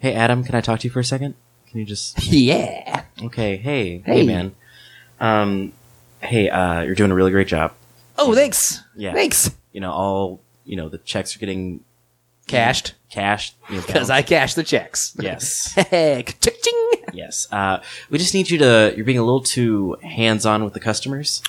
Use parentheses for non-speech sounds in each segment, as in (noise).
Hey, Adam, can I talk to you for a second? Can you just yeah. okay? Hey, hey, Hey. man. Um, hey, uh, you're doing a really great job. Oh, thanks. Yeah. Thanks. You know, all you know, the checks are getting Cashed cashed you (laughs) know, because I cashed the checks. yes, Hey, (laughs) ka-ching. yes. Uh, we just need you to. You're being a little too hands-on with the customers.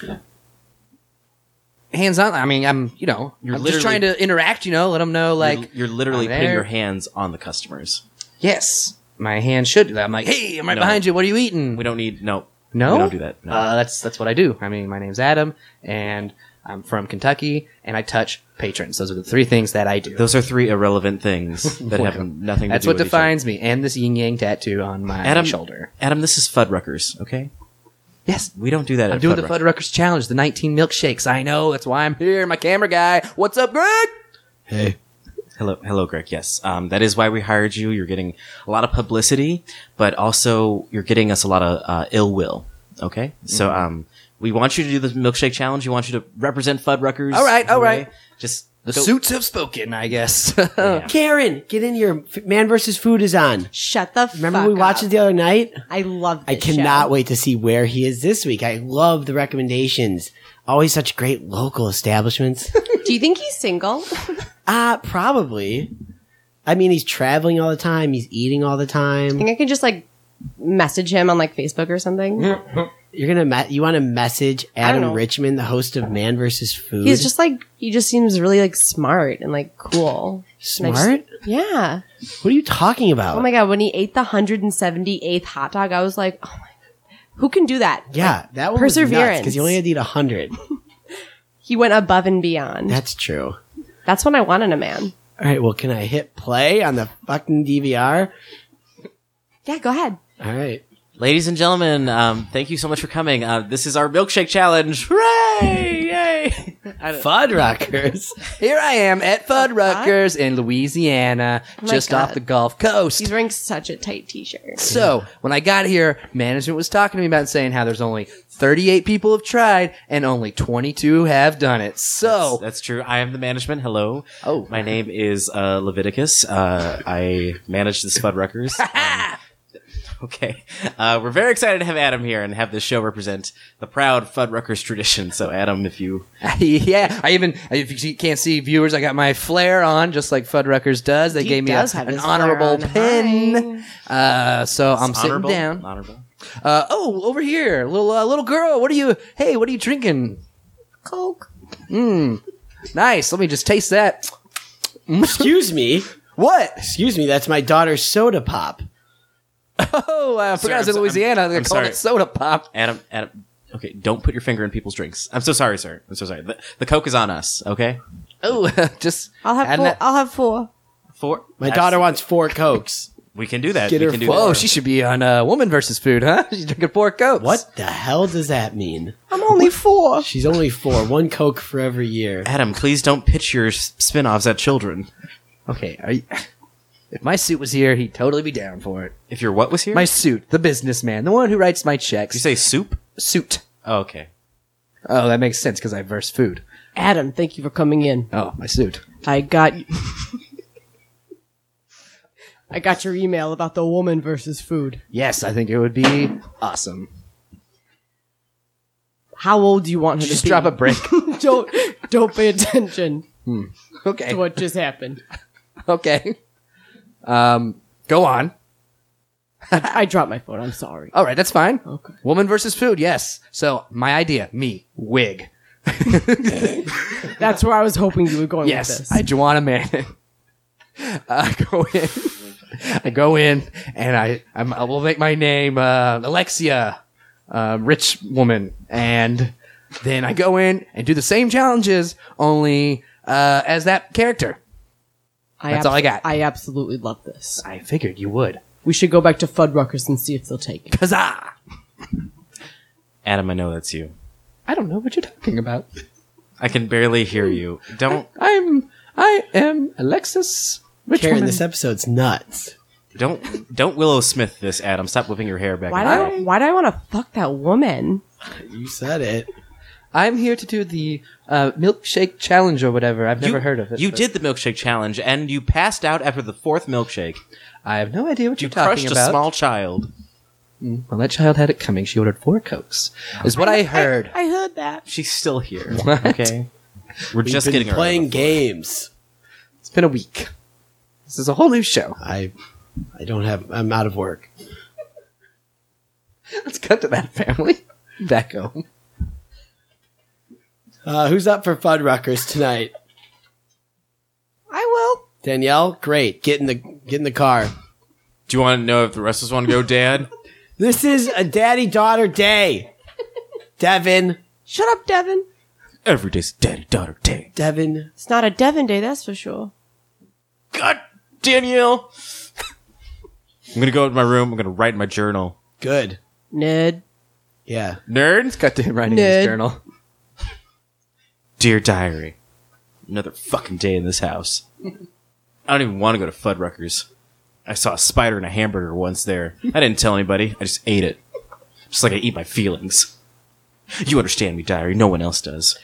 hands on. I mean, I'm you know, You're I'm just literally- trying to interact. You know, let them know like you're, you're literally I'm putting there. your hands on the customers. yes, my hand should. do that. I'm like, hey, I'm right No. behind you. What are you eating? We don't need no. No? we don't do that. No. Uh, that's that's what I do. I mean, my name's Adam, and I'm from Kentucky, and I touch patrons. Those are the three things that I do. Those are three irrelevant (laughs) things that have nothing. that's to do what with each other. defines me, and this yin yang tattoo on my Adam- shoulder. Adam, this is Fuddruckers, okay? Yes, We don't do that I'm at doing the Fuddruckers. Fuddruckers challenge, the 19 milkshakes. I know that's why I'm here. My camera guy, what's up, Greg? Hey. Hello, hello, Greg. Yes, um, that is why we hired you. You're getting a lot of publicity, but also you're getting us a lot of uh, ill will. Okay, so Mm-hmm. um, we want you to do the milkshake challenge. We want you to represent Fuddruckers. All right, all Hooray. right. Just The go- suits have spoken, I (laughs) guess. Yeah. Karen, get in here. F- Man versus Food is on. Shut the Remember fuck we watched up. it the other night? I love I this show. cannot wait to see where he is this week. I love the recommendations. Always such great local (laughs) establishments. Do you think he's single? (laughs) Ah, probably. I mean, he's traveling all the time. He's eating all the time. think I can just like message him on like Facebook or something. You're gonna me- you want to message don't Adam know. Richmond, the host of Man versus Food. He's just like he just seems really like smart and like cool. And I smart. just- yeah. what are you talking about? Oh my god, when he ate the 178th hot dog, I was like, "Oh my Who can do that?" yeah, that one Perseverance. because you only had to eat hundred. He went above and beyond. That's true. That's when I wanted a man. All right, well, can I hit play on the fucking DVR? Yeah, go ahead. All right. ladies and gentlemen, um, thank you so much for coming. Uh, this is our milkshake challenge. (laughs) Hooray! Yay! Fuddruckers. Here I am at Fuddruckers in Louisiana, Oh my just God. off the Gulf Coast. He's wearing such a tight t-shirt. So when I got here, management was talking to me about saying how there's only 38 people have tried and only 22 have done it. So That's true. I am the management. Hello. Oh. my name is uh, Leviticus. Uh, I manage the (laughs) Spudruckers. Um, okay, uh, we're very excited to have Adam here and have this show represent the proud Fuddruckers tradition. So, Adam, if you (laughs) yeah, I even if you can't see viewers, I got my flare on just like Fuddruckers does. They He gave me a, does have an his flare honorable on. pin. Uh, so I'm sitting honorable, down. honorable. Uh, oh, over here, little uh, little girl. What are you? Hey, what are you drinking? Hmm. Coke. Nice. Let me just taste that. Excuse me. What? (laughs) Excuse me. That's my daughter's soda pop. Oh, I Sorry, forgot I was I'm in so- Louisiana. I'm- They I'm called sorry. it soda pop. Adam, Adam. Okay, don't put your finger in people's drinks. I'm so sorry, sir. I'm so sorry. The, the Coke is on us. Okay, Oh, (laughs) just I'll have add four. that- I'll have four. four. My daughter wants four cokes. We can do that. Get we her can do Whoa, that. she should be on uh, Woman versus Food, huh? (laughs) She's drinking four cokes. What the hell does that mean? I'm only four. She's only four. One coke for every year. Adam, please don't pitch your s- spin-offs at children. Okay, are you, if my suit was here, he'd totally be down for it. If your what was here, My suit, the businessman, the one who writes my checks. you say soup. suit. Oh, okay. Oh, that makes sense because I verse food. Adam, thank you for coming in. Oh, my suit. I got you. (laughs) I got your email about the woman versus food. Yes, I think it would be awesome. How old do you want her Just to (laughs) drop a be? break. don't don't pay attention (laughs) okay. (laughs) to what just happened. Okay. Um, go on. I dropped my phone. I'm sorry. All right, that's fine. Okay. Woman versus food. Yes. So my idea, me, wig. (laughs) That's where I was hoping you were going with Yes, this. I Joanna (laughs) Manning. I Uh, go in. I go in, and I I'm, I will make my name uh, Alexia, uh, rich woman, and then I go in and do the same challenges, only uh, as that character. I That's all I got. I absolutely love this. I figured you would. We should go back to Fuddruckers and see if they'll take it. Huzzah! Adam, I know that's you. I don't know what you're talking about. I can barely hear you. Don't I'm I am Alexis. Rich Karen, woman. this episode's nuts. don't don't Willow Smith this, Adam. Stop whipping your hair back. Why and do I, forth. why do I want to fuck that woman? You said it. I'm here to do the uh, milkshake challenge or whatever. I've You- never heard of it. You but- did the milkshake challenge and you passed out after the fourth milkshake. I have no idea what You are talking crushed about. a small child. well, that child had it coming. She ordered four cokes, is what I heard. I heard that. She's still here. What? Okay. We're just Been getting her out of playing the games. It's been a week. This is a whole new show. (laughs) I, I don't have. I'm out of work. Let's cut to that family. Back home. Uh, who's up for Fuddruckers tonight? I will. Danielle, great. Get in the get in the car. Do you want to know if the rest of us want to go, Dad? This is a daddy daughter day. Devin, Shut up, Devin. Every day's daddy daughter day. Devin, It's not a Devin day, that's for sure. God, Danielle. (laughs) I'm gonna go to my room. I'm gonna write in my journal. good. Ned. Yeah, Nerd. Cut to him writing in his Nerd. journal. Dear diary, another fucking day in this house. I don't even want to go to Fuddruckers. I saw a spider and a hamburger once there. I didn't tell anybody. I just ate it. Just like I eat my feelings. You understand me, diary. No one else does.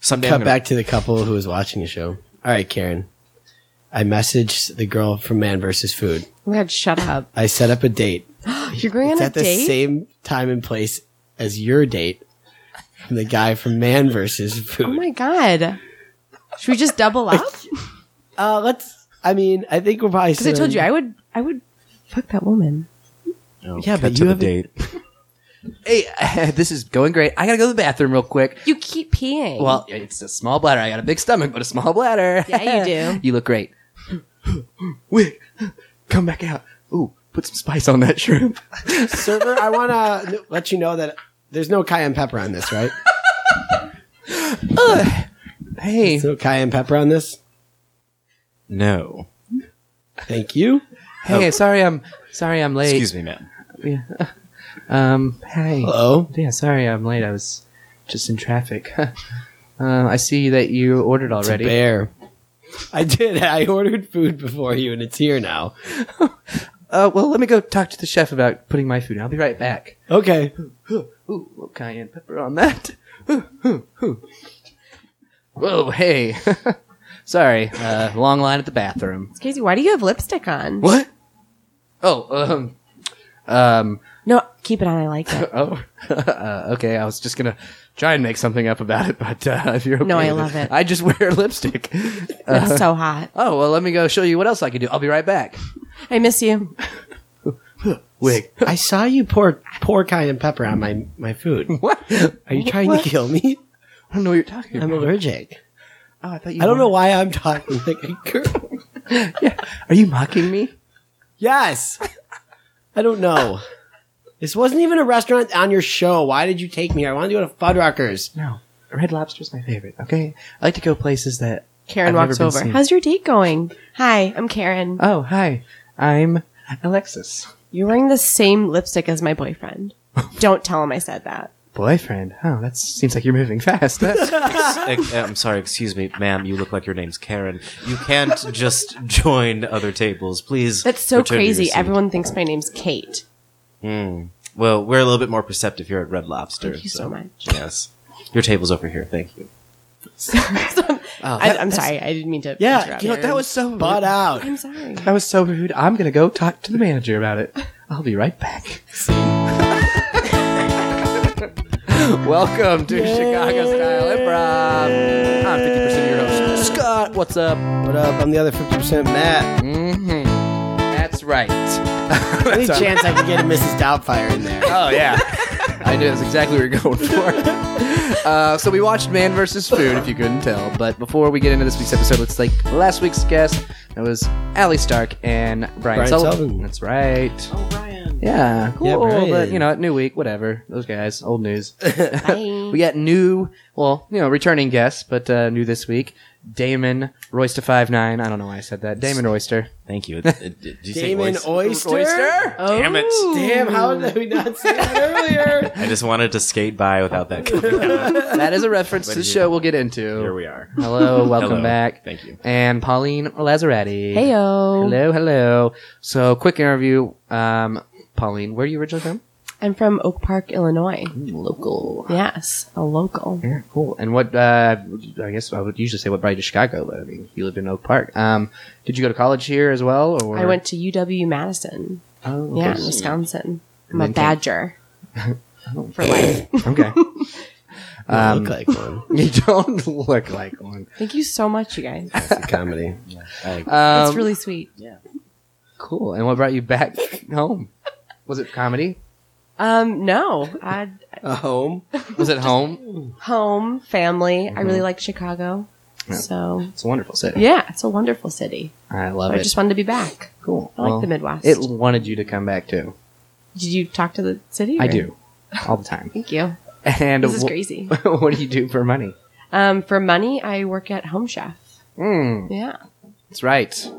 Someday cut I'm gonna- back to the couple who was watching the show. All right, Karen. I messaged the girl from Man vs. Food. Oh my god, shut (gasps) up. I set up a date. You're going It's on a at the date? same time and place as your date. From the guy from Man vs. Food. oh my god. Should we just double up? uh, let's. I mean, I think we're probably. Because I told you I would I would fuck that woman. Oh, Yeah, cut but to you the haven't- date. Hey, (laughs) this is going great. I gotta go to the bathroom real quick. You keep peeing. Well, it's a small bladder. I got a big stomach, but a small bladder. Yeah, you do. (laughs) you look great. (gasps) Wait, (gasps) come back out. Ooh, put some spice on that shrimp. (laughs) (laughs) server. I want to let you know that there's no cayenne pepper on this, (laughs) right? Hey, There's no cayenne pepper on this. No. Thank you. hey, sorry, I'm sorry, I'm late. Excuse me, ma'am. Um, hey. Hello. Yeah, sorry, I'm late. I was just in traffic. (laughs) uh, I see that you ordered It's a already. bear. I did. (laughs) I ordered food before you, and it's here now. Uh, well, let me go talk to the chef about putting my food. in. I'll be right back. Okay. Ooh, little cayenne pepper on that. (laughs) Ooh, ooh, ooh. Whoa, hey. (laughs) Sorry, uh, long line at the bathroom. Casey, why do you have lipstick on? What? Oh, um, um, (laughs) No, keep it on. I like it. oh, (laughs) uh, okay. I was just gonna try and make something up about it, but uh, (laughs) if you're okay No, I with love it. I just wear (laughs) lipstick. That's so hot. Oh well, let me go show you what else I can do. I'll be right back. I miss you. Wig. I saw you pour pour cayenne pepper on my my food. (laughs) What? Are you trying What? to kill me? I don't know what you're talking I'm about. allergic. Oh, I thought you. I don't were- know why I'm talking like a girl. (laughs) Are you mocking me? Yes. I don't know. This wasn't even a restaurant on your show. Why did you take me? here? I wanted to go to Fuddruckers. No. Red Lobster's my favorite. Okay. I like to go places that. Karen I've never walks been over. seen. How's your date going? Hi, I'm Karen. Oh hi, I'm Alexis. You're wearing the same lipstick as my (laughs) boyfriend. Don't tell him I said that. Boyfriend. Oh, that seems like you're moving fast. Ex- eh, I'm sorry, excuse me, ma'am. You look like your name's Karen. You can't just join other tables, please. That's so return to your crazy. seat. Hmm. Everyone thinks my name's Kate. Well, we're a little bit more perceptive here at Red Lobster. Thank you so much. Yes. Your table's over here. Thank you. I, I'm sorry. I didn't mean to. Yeah, interrupt. you know, that was so. Butt out. (laughs) I'm sorry. That was so rude. I'm gonna go talk to the manager about it. I'll be right back. (laughs) Welcome to Chicago Style Improv. I'm 50% your host, Scott. What's up? What up? uh, I'm the other 50% Matt. Mm-hmm. That's right. Any Sorry. chance I can get a Mrs. Doubtfire in there? Oh (laughs) yeah, I knew that's exactly what you're going for. Uh, so we watched Man vs. Food, if you couldn't tell. But before we get into this week's episode, let's thank last week's guest. That was Allie Stark and Brian, Brian Sullivan. Sullivan. That's right. Oh, Brian. Yeah, cool. but Brian. you know, new week, whatever. Those guys, old (laughs) news. Bye. we got new, well, you know, returning guests, but uh, new this week. Damon Royster five nine. I don't know why I said that. Damon Royster. Thank you. It- it- Did you say Damon voice? Oyster? Damn it. Damn, how did we not say that earlier? I just wanted to skate by without that. coming out. That is a reference to the show we'll get into. Here we are. (laughs) Hello, welcome Hello. back. Thank you. And Pauline Lazzarati. Heyo. Hello, hello. So, quick interview. Um, Pauline, where are you originally from? I'm from Oak Park, Illinois. Local. Yes, a local. Yeah, cool. And what? Uh, I guess I would usually say what brought you to Chicago, but I mean, you lived in Oak Park. Um, did you go to college here as well? Or I went to UW Madison. Oh, Yeah, okay. in Wisconsin. And I'm a then came- badger. For life. Oh. (laughs) (coughs) Okay. (laughs) Um, look like one. you don't (laughs) look like one. Thank you so much, you guys. It's (laughs) a comedy. Um, It's really sweet. cool. And what brought you back home? Was it comedy? Um, no, I A home. Was (laughs) it home? home, family. I really like Chicago. Mm-hmm. Yeah. So It's a wonderful city. yeah, it's a wonderful city. I love But I it. just wanted to be back. cool. I like Well, the Midwest. It wanted you to come back too. Did you talk to the city? I or- do, all the time. Thank you. And (laughs) This is wh- crazy. (laughs) what do you do for money? Um, for money, I work at Home Chef. Mm, Yeah. that's right.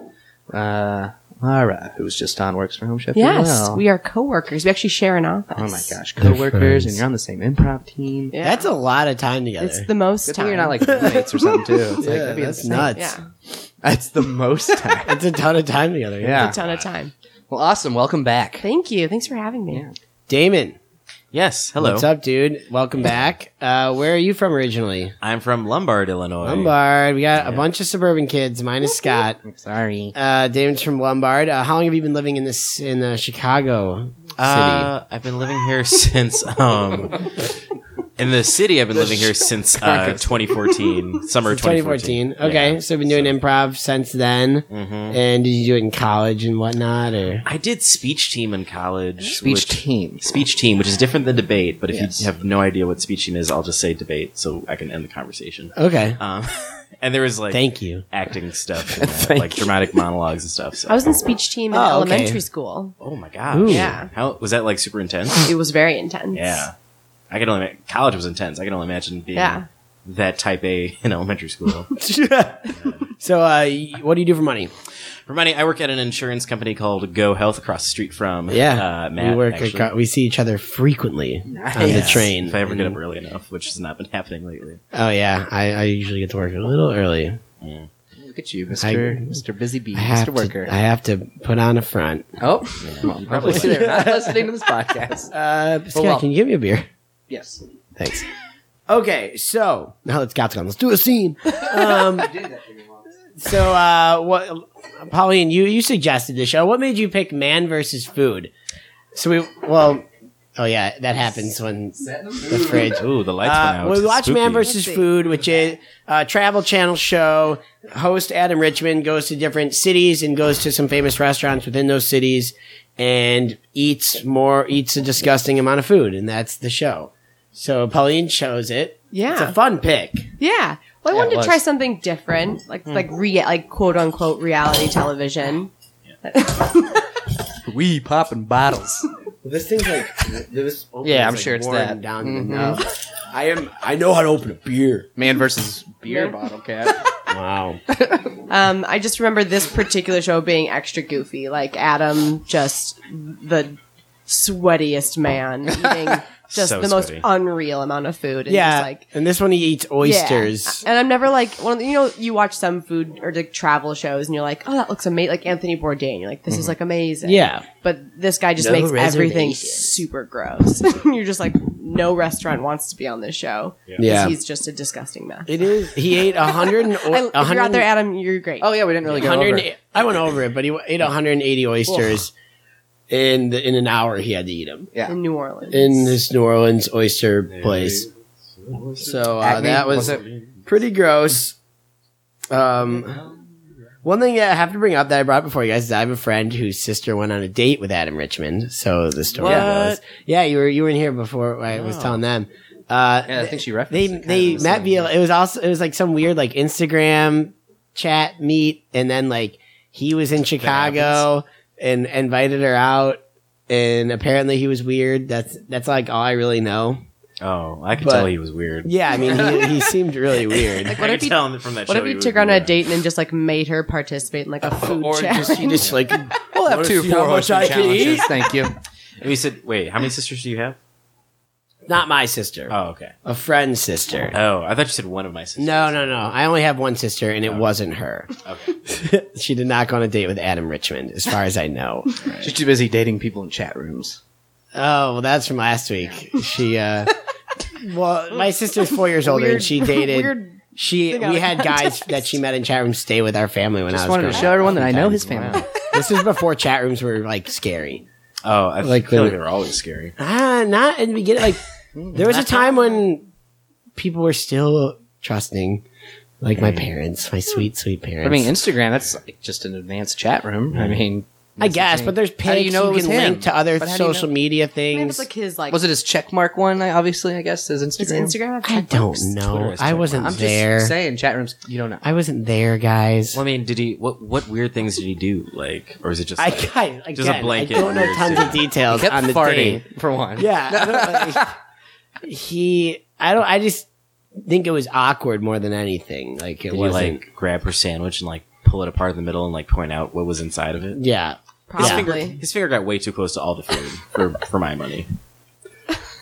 Uh, Mara, who's just on, works for Home Chef. as Yes, well. we are coworkers. We actually share an office. Oh my gosh, coworkers, and you're on the same improv team. Yeah. That's a lot of time together. It's the most Good time. thing you're not like roommates or something too. It's like, (laughs) yeah, that'd be that's insane. nuts. (laughs) yeah, That's the most time. It's a ton of time together. a yeah. ton of time. Well, awesome. Welcome back. Thank you. Thanks for having me. Yeah. Damon, Yes. Hello. what's up, dude? Welcome back. Uh, where are you from originally? I'm from Lombard, Illinois. Lombard. We got a bunch of suburban kids, minus Scott. I'm sorry. Uh, Damon's from Lombard. Uh, how long have you been living in this in uh, Chicago city? Uh, I've been living here since um in the city. I've been living here since uh, 2014, summer 2014. 2014. Okay, Yeah. so you've been doing improv since then. And did you do it in college and whatnot, or Mm-hmm. I did speech team in college. Speech which- team. Speech team, which is different than debate. But if Yes. you have no idea what speech team is, I'll just say debate, so I can end the conversation. okay? Um, (laughs) and there was like (laughs) Thank you. acting stuff, (laughs) in that, like dramatic monologues and stuff. So. I was in speech team in Oh, okay. elementary school. oh my gosh! Ooh. Yeah. How was that like super intense? It was very intense. Yeah. I can only imagine. College was intense. I can only imagine being Yeah. that type A (laughs) in elementary (laughs) school. so, uh, y- what do you do for money? For money, I work at an insurance company called Go Health across the street from Yeah, uh, Matt. we work. actually. aco- we see each other (laughs) frequently on the Yes. train. If I ever get Mm-hmm. up early enough, which has not been happening lately. Oh yeah, I, I usually get to work a little early. Look at you, Mister Mister Busy Bee, I have Mister Worker. to. I have to put on a front. oh, well, probably they're (laughs) not listening to this podcast. Uh, Scott, well- can you give me a beer? Yes. Thanks. okay, so now that Scott's gone, let's do a scene. (laughs) Um, so, uh, what, Pauline, you you suggested the show. What made you pick man versus food? So we well, oh yeah, that happens when the fridge. Ooh, the lights went Uh, out. we watch Spooky. Man vs. Let's see. Food, which is a Travel Channel show. Host Adam Richmond goes to different cities and goes to some famous restaurants within those cities and eats more, eats a disgusting amount of food, and that's the show. So Pauline chose it. Yeah. it's a fun pick. Yeah. Well, it I wanted to was. try something different, like like rea- like quote unquote reality television. We popping bottles. This thing's like this. Yeah, I'm like sure it's worn that. Mm-hmm. Down I am. I know how to open a beer. Man versus beer Man- bottle cap. (laughs) Wow. Um, I just remember this particular show being extra goofy. Like Adam, just the sweatiest man, eating just So the most sweaty. unreal amount of food. And Yeah, just like and this one he eats yeah. oysters. And I'm never like one. Of the, you know, you watch some food or like travel shows, and you're like, oh, that looks amazing. Like Anthony Bourdain, you're like, this is like amazing. Mm-hmm. Yeah. But this guy just No makes everything reservations. super gross. (laughs) you're just like, no restaurant wants to be on this show. 'cause Yeah. He's just a disgusting mess. It is. He ate a hundred and (laughs) I, o- a if you're out hundred. there, Adam, you're great. oh yeah, we didn't really go 100 over. I went over it, but he ate 180 oysters in the, in an hour. He had to eat them Yeah. in New Orleans. in this New Orleans oyster place. So uh, Acme, that was, it? pretty gross. Um, one thing that I have to bring up that I brought before you guys is I have a friend whose sister went on a date with Adam Richmond. So the story What? goes, yeah, you were you were in here before I was telling them. Uh, Yeah, I think she referenced. they it kind of they in the met same- via it was also it was like some weird like Instagram chat meet and then like he was in Chicago and invited her out and apparently he was weird that's that's like all I really know Oh, I could But- tell he was weird. yeah I mean he, (laughs) he seemed really weird (laughs) What I if could he- tell him from that What show if you he took was her on a weird. date and then just like made her participate in like a food or challenge? just- he just (laughs) like We'll have Wanna two see how four much horseman I can challenges. eat? Thank (laughs) you. And we said, wait, how many sisters do you have? not my sister Oh, okay. a friend's sister Oh, I thought you said one of my sisters. no no no I only have one sister and Oh. it wasn't her Okay. she (laughs) did not go on a date with Adam Richmond as far as I know She's too busy dating people in chat rooms. Oh, well, that's from last week. She, (laughs) uh, well, my sister's four years older, and Weird- she dated. (laughs) weird she thing we out of had guys context. that she met in chat rooms stay with our family when I Just was wanted to growing show up. everyone that I know his family. (laughs) This is before chat rooms were like scary. Oh, I Like feel the- like they were always scary. Ah, not in the beginning. Like there was a time when people were still trusting, like my parents, my sweet sweet parents. I mean, Instagram. That's like just an advanced chat room. I mean, I guess, messaging. but there's How do pics you, you know it was can him? link to other But how do you social know- media Maybe it's things. like his like was it his checkmark one? I obviously, I guess, his his Instagram. Instagram? I don't know. Twitter is I too wasn't I'm there. just saying, chat rooms. You don't know. I wasn't there, guys. Well, I mean, did he? What what weird things did he do? Like, or is it just? I, like- I again, Just a blanket I don't know weird tons of I details kept on the farting date. for (laughs) one. Yeah, I don't, like, he. I don't. I just think it was awkward more than anything. Like it did he was like grab her sandwich and like pull it apart in the middle and like point out what was inside of it? Yeah, His Probably. finger, his finger got way too close to all the food for, for my (laughs) money.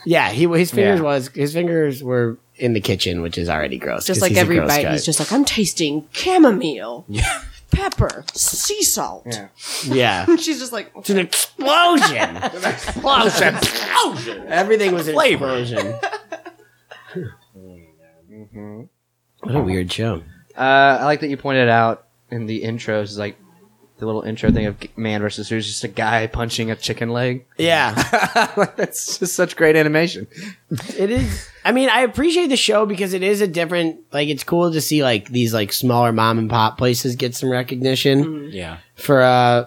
yeah. He his fingers Yeah. was his fingers were in the kitchen, which is already gross. 'cause Just like he's a every Girl bite, Scout. he's just like, I'm tasting chamomile, Yeah. pepper, sea salt. (laughs) Yeah. (laughs) yeah. She's just like, "Oh, It's an (laughs) explosion. explosion. explosion. Everything was an Flavor. explosion. What a weird show. Uh, I like that you pointed out in the intros, is like the little intro thing of man versus who's just a guy punching a chicken leg. (laughs) Yeah. like that's just such great animation. It is. I mean, I appreciate the show because it is a different. Like, it's cool to see like these like smaller mom and pop places get some recognition Yeah. for uh,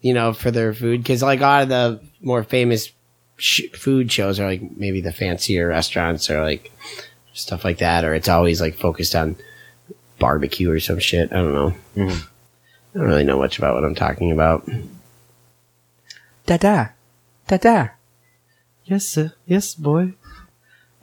you know, for their food because like a lot of the more famous sh- food shows are like maybe the fancier restaurants or like stuff like that, or it's always like focused on barbecue or some shit. I don't know. I don't really know much about what I'm talking about. Da da, da da. Yes, sir. Yes, boy.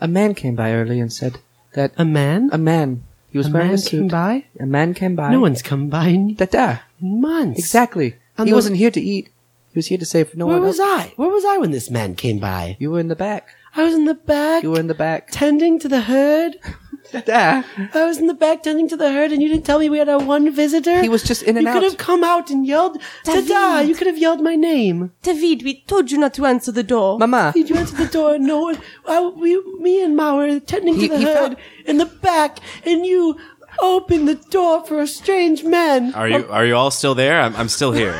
A man came by early and said that A man, a man. He was a wearing man a came suit. by. A man came by. No one's come by in Da da. months. Exactly. And he the- wasn't here to eat. He was here to save no Where one. was else. I? Where was I when this man came by? You were in the back. I was in the back You were in the back. tending to the herd. Da da. I was in the back tending to the herd, and you didn't tell me we had our one visitor. He was just in and you out. could have come out and yelled, "Ta-da!" You could have yelled my name. David, we told you not to answer the door. Mama. Did you answer the door? No one. I, we, me and Ma were tending He- to the he herd felt- in the back, and you opened the door for a strange man. Oh, Are you are you all still there? I'm, I'm still here.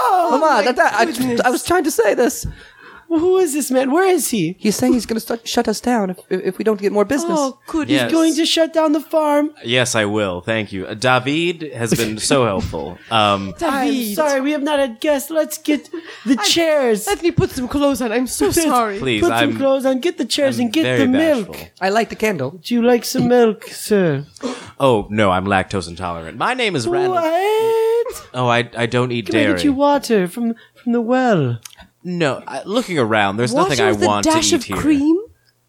Mama, da da. I, I was trying to say this. Who is this man? Where is he? He's saying he's going to start, shut us down if, if we don't get more business. Oh, good. Yes. (laughs) He's going to shut down the farm. yes, I will. Thank you. Uh, David has been so helpful. Um, I'm sorry, we have not had guests. Let's get the chairs. Let me put some clothes on. I'm so sorry. please, Put I'm some clothes on. Get the chairs I'm and get very the bashful. milk. I light the candle. Do you like some milk, sir? Oh no, I'm lactose intolerant. My name is Randall. What? Oh, I I don't eat Can I dairy. get you water from from the well? no, I, looking around, there's Water nothing I with a want dash to of eat here. cream.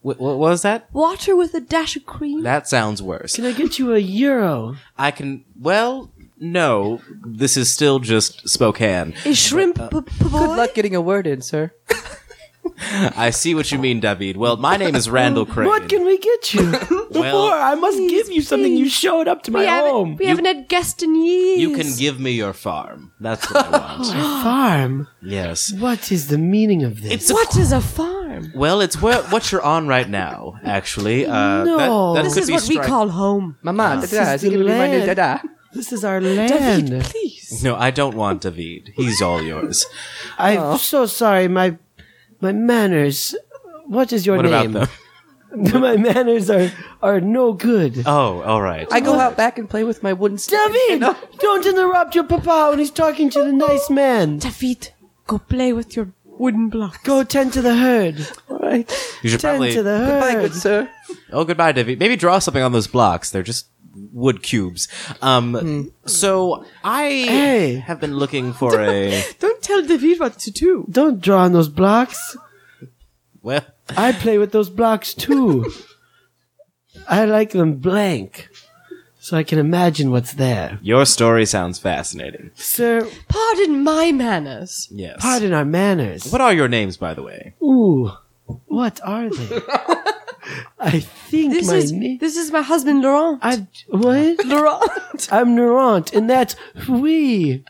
Wh- wh- what was that? Water with a dash of cream. That sounds worse. Can I get you a euro? I can. Well, no, this is still just Spokane. a shrimp p- p- boy. Good luck getting a word in, sir. I see what you mean, David. Well, my name is Randall Crane. What can we get you? (laughs) Well- Before I must give you something. You showed up to my we home. haven't, we haven't had guests in years. You can give me your farm. That's what I (gasps) want. Oh. Farm. yes. What is the meaning of this? It's a, What is a farm? well, it's where, what you're on right now, actually. Uh, No. that, that This could is be what we stri- call home. Mama, da da. Oh, Is is he the going to be my new land. da da? This is our David, land. please. No, I don't want David. He's all yours. I'm so sorry. My my manners. What is your What about name? them? (laughs) my manners are are no good. Oh, all right. I go out back and play with my wooden stick. David, don't interrupt your papa when he's talking to the nice man. David, go play with your wooden block. Go tend to the herd. All right. you should Tend probably. to the herd. Bye, good sir. Oh, goodbye, David. Maybe draw something on those blocks. They're just wood cubes. Um, so I Hey. have been looking for a Don't tell David what to do. Don't draw on those blocks. well. I play with those blocks too. I like them blank, so I can imagine what's there. Your story sounds fascinating. Sir, Pardon my manners. Yes. pardon our manners. What are your names, by the way? Ooh, what are they? I think This my is name. this is my husband Laurent. I what? (laughs) Laurent. I'm Laurent, and that's we.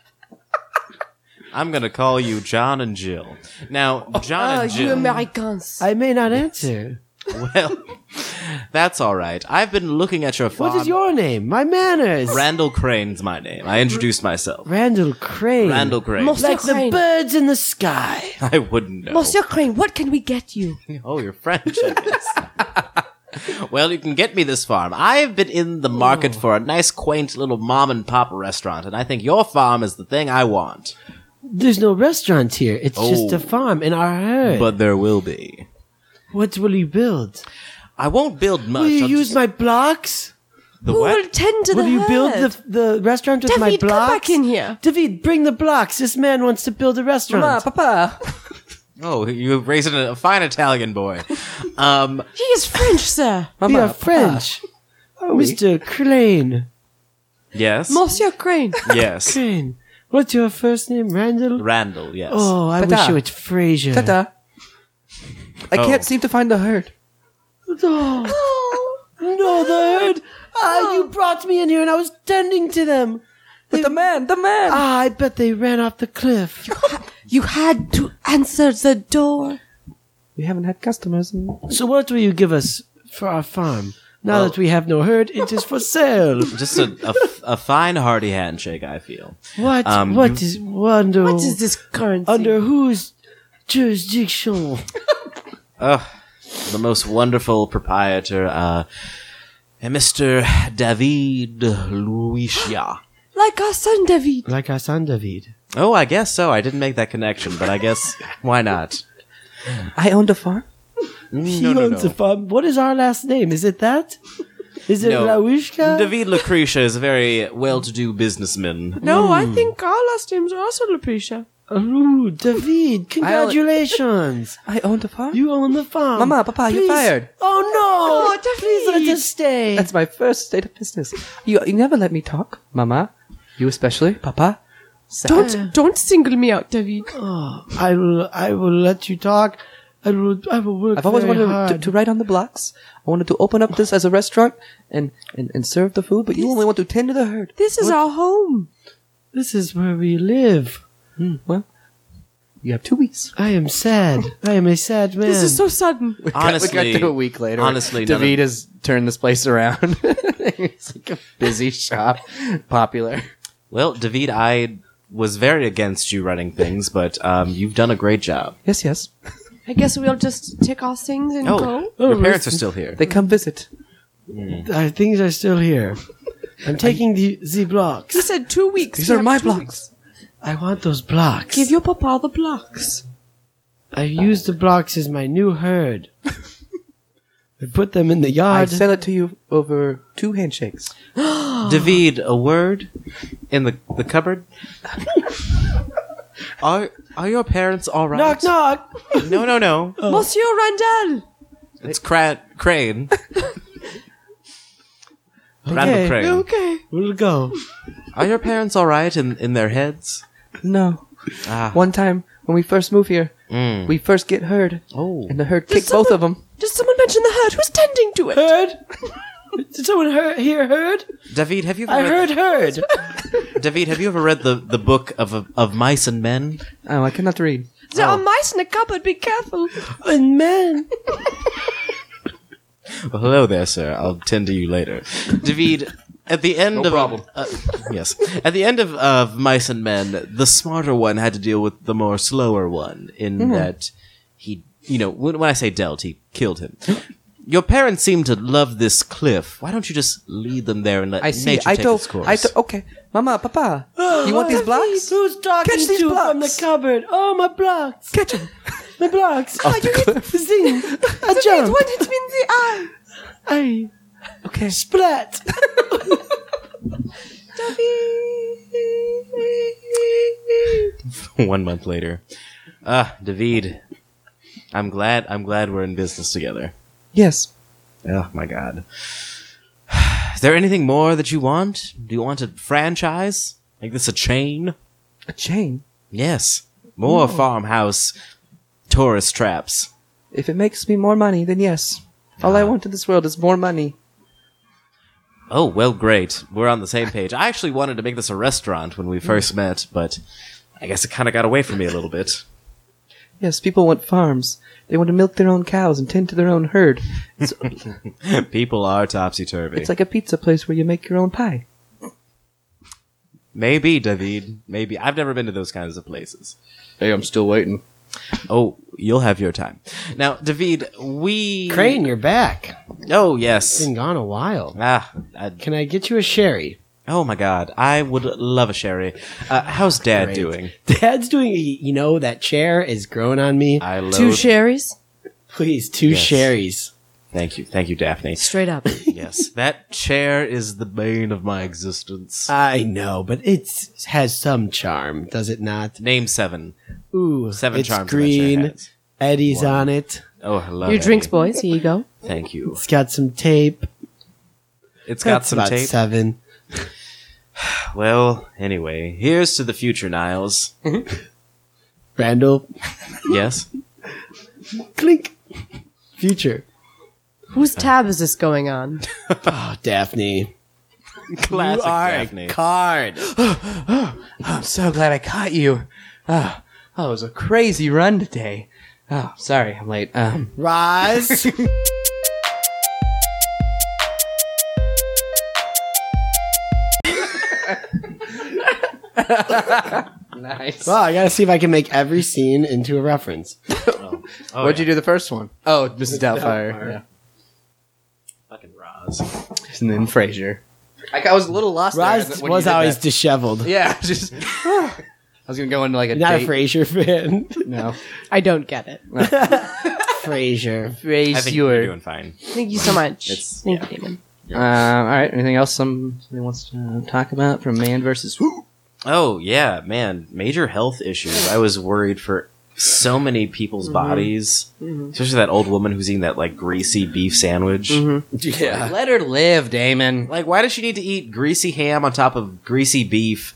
I'm gonna call you John and Jill. Now, John and Jill. Ah, Americans. I may not answer. well, that's all right. I've been looking at your phone. What is your name? My manners. Randall Crane's my name. I introduced myself. Randall Crane. Randall Crane. Most- Like the Crane. birds in the sky. (laughs) I wouldn't know. Monsieur Crane, what can we get you? Oh, you're French, I guess. (laughs) well, you can get me this farm. I have been in the market for a nice, quaint little mom and pop restaurant, and I think your farm is the thing I want. There's no restaurant here. It's just Oh. a farm in our herd. But there will be. what will you build? I won't build much. Will you I'll use just- my blocks? the Who what? will tend to Will the you build herd? the the restaurant with my David, come blocks? back in here. David, bring the blocks. This man wants to build a restaurant. Papa. Oh, you raised a a fine Italian boy. um, He is French, sir. we are French. Ah. Mr. Crane. yes, Monsieur Crane. yes, Crane. What's your first name, Randall? Randall. Yes. Oh, I Tata. wish you it's Fraser. Ta-ta. I Oh. can't seem to find the herd. No. Oh, no, the herd. Ah, Oh. you brought me in here and I was tending to them. But the man, the man. Ah, I bet they ran off the cliff. You had to answer the door. we haven't had customers. In- So what will you give us for our farm? Now that we have no herd, it is for sale. Just a, a f- a fine hearty handshake. I feel. What? Um, what is wonder? What is this currency? Oh. Under whose jurisdiction? the most wonderful proprietor, uh, Mr. David Luisia. like our son David. Like our son David. Oh, I guess so. I didn't make that connection, but I guess why not? I owned a farm. He no, owns no. a farm. What is our last name? Is it that? Is it No. Lauishka? David Lucretia is a very well-to-do businessman. No, I think our last names are also Lucretia. Ooh, David, (laughs) congratulations. I owned a farm. you own the farm. Mama, Papa, you're Please- fired. Oh no! Oh, David. Please let us stay. That's my first state of business. You, you never let me talk, Mama. You especially, Papa. Sad. Don't don't single me out, David. Oh, I will. I will let you talk. I will. I will work. I've always very wanted hard. to, to write on the blocks. I wanted to open up this as a restaurant and, and, and serve the food, but you only want to tend to the herd. This is our home. This is where we live. Hmm, well, you have two weeks. I am sad. I am a sad man. This is so sudden. Honestly, we got to a week later. honestly, none of- David has turned this place around. (laughs) it's like a busy shop, popular. well, David, I was very against you running things, but um, you've done a great job. Yes, yes. I guess we'll just take our things and Oh, go. your parents are still here. They come visit. Uh, things are still here. I'm taking the the blocks. He said two weeks. These We are have my two weeks. blocks. I want those blocks. Give your papa the blocks. I use the blocks as my (laughs) new herd. I put them in the I yard. sell it to you over two handshakes. David, a word in the the cupboard. are are your parents all right? knock, knock. No, no, no. Monsieur Randall. It's Cra- Crane. Randall Okay. Crane. Okay. We'll go. Are your parents all right in, in their heads? No. Ah. One time when we first move here, Mm. we first get herd, Oh. and the herd Did kicked both of them. Did someone mention the herd? Who's tending to it? Herd. Did someone hear, hear herd? David, have you ever I read, heard herd. David, have you ever read the, the book of of mice and men? Oh, I cannot read. There are mice in the cupboard. Be careful. and man, Well, hello there, sir. I'll tend to you later. David, at the end of problem. yes, at the end of, of mice and men, the smarter one had to deal with the more slower one in Mm-hmm. that he, you know, when, when I say dealt, he killed him. Your parents seem to love this cliff. Why don't you just lead them there and let I see. nature I take told. its course? I told. Okay, Mama, Papa, you want these blocks? (gasps) who's talking Catch these to from the blocks. cupboard? Oh, my blocks. Catch (laughs) them. My blocks. Oh, you hit the (laughs) zing. I David, jump. what did it mean the eye? I Okay. splat. (laughs) one month later. Ah, David, I'm glad. I'm glad we're in business together. Yes. Oh my god. Is there anything more that you want? Do you want a franchise? Like this a chain? A chain. Yes. More farmhouse tourist traps. If it makes me more money, then yes. All I want in this world is more money. (laughs) Mm. Oh, well, great. We're on the same page. I actually wanted to make this a restaurant when we first met, but I guess it kind of got away from me a little bit. (laughs) Yes, people want farms. They want to milk their own cows and tend to their own herd. It's, People are topsy turvy. it's like a pizza place where you make your own pie. maybe David, maybe I've never been to those kinds of places. Hey, I'm still waiting. Oh, you'll have your time. Now, David, we Crane, you're back. Oh It's yes. been gone a while. Ah, I, Can I get you a sherry? oh my God! I would love a sherry. Uh, how's Dad doing? Dad's doing. You know that chair is growing on me. I love. Two sherries, Please, two Yes. sherries. Thank you, thank you, (laughs) Daphne. straight up. yes, that chair is the bane of my existence. I know, but it has some charm, does it not? Name seven, Ooh, seven it's charms. that chair green. has. Eddie's on it. Oh, hello. Your drinks, boys. Here you go. Thank you. It's got some tape. It's got That's some about tape. Seven. Well, anyway, here's to the future, Niles. (laughs) Randall, yes. clink. Future. Whose tab is this going on? Oh, Daphne. Classic you are Daphne. a card. I'm so glad I caught you. Oh, Ah, oh, it was a crazy run today. Oh, sorry, I'm late. Um, (laughs) Roz. Nice. well, I gotta see if I can make every scene into a reference. What'd you do the first one? Oh, Mrs. Doubtfire. Yeah. Fucking Roz. And then Frasier. I, I was a little lost. there Roz when you was did always that. disheveled. Yeah, (laughs) just. I was gonna go into like a Not date. a Frasier (laughs) fan. (laughs) No, I don't get it. Frasier. I think you're doing fine. Thank you so much. It's- Thank you, Damon. Uh, all right. Anything else? Some somebody wants to talk about from Man versus Who? Oh yeah, man, major health issues. I was worried for so many people's bodies, especially that old woman who's eating that like greasy beef sandwich. Yeah. Let her live, Damon. Like, why does she need to eat greasy ham on top of greasy beef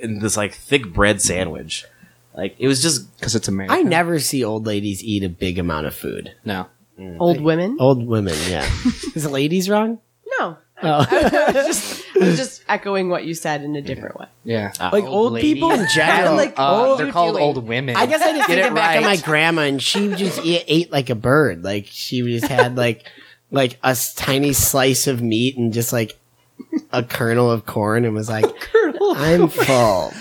in this like thick bread sandwich? Like, it was just Because it's America. I never see old ladies eat a big amount of food. no. Old women? Oh. Old women, (laughs) yeah. Is ladies wrong? No. Oh. I was just echoing what you said in a different way. Yeah. like old, ladies. people in general. (laughs) I'm like, Uh, what are they're you called doing? old women. I guess I just Get thinking it back on my right. grandma, and she just ate, ate like a bird. Like she just had like like a s- tiny slice of meat and just like a kernel of corn, and (laughs) was like, "I'm full."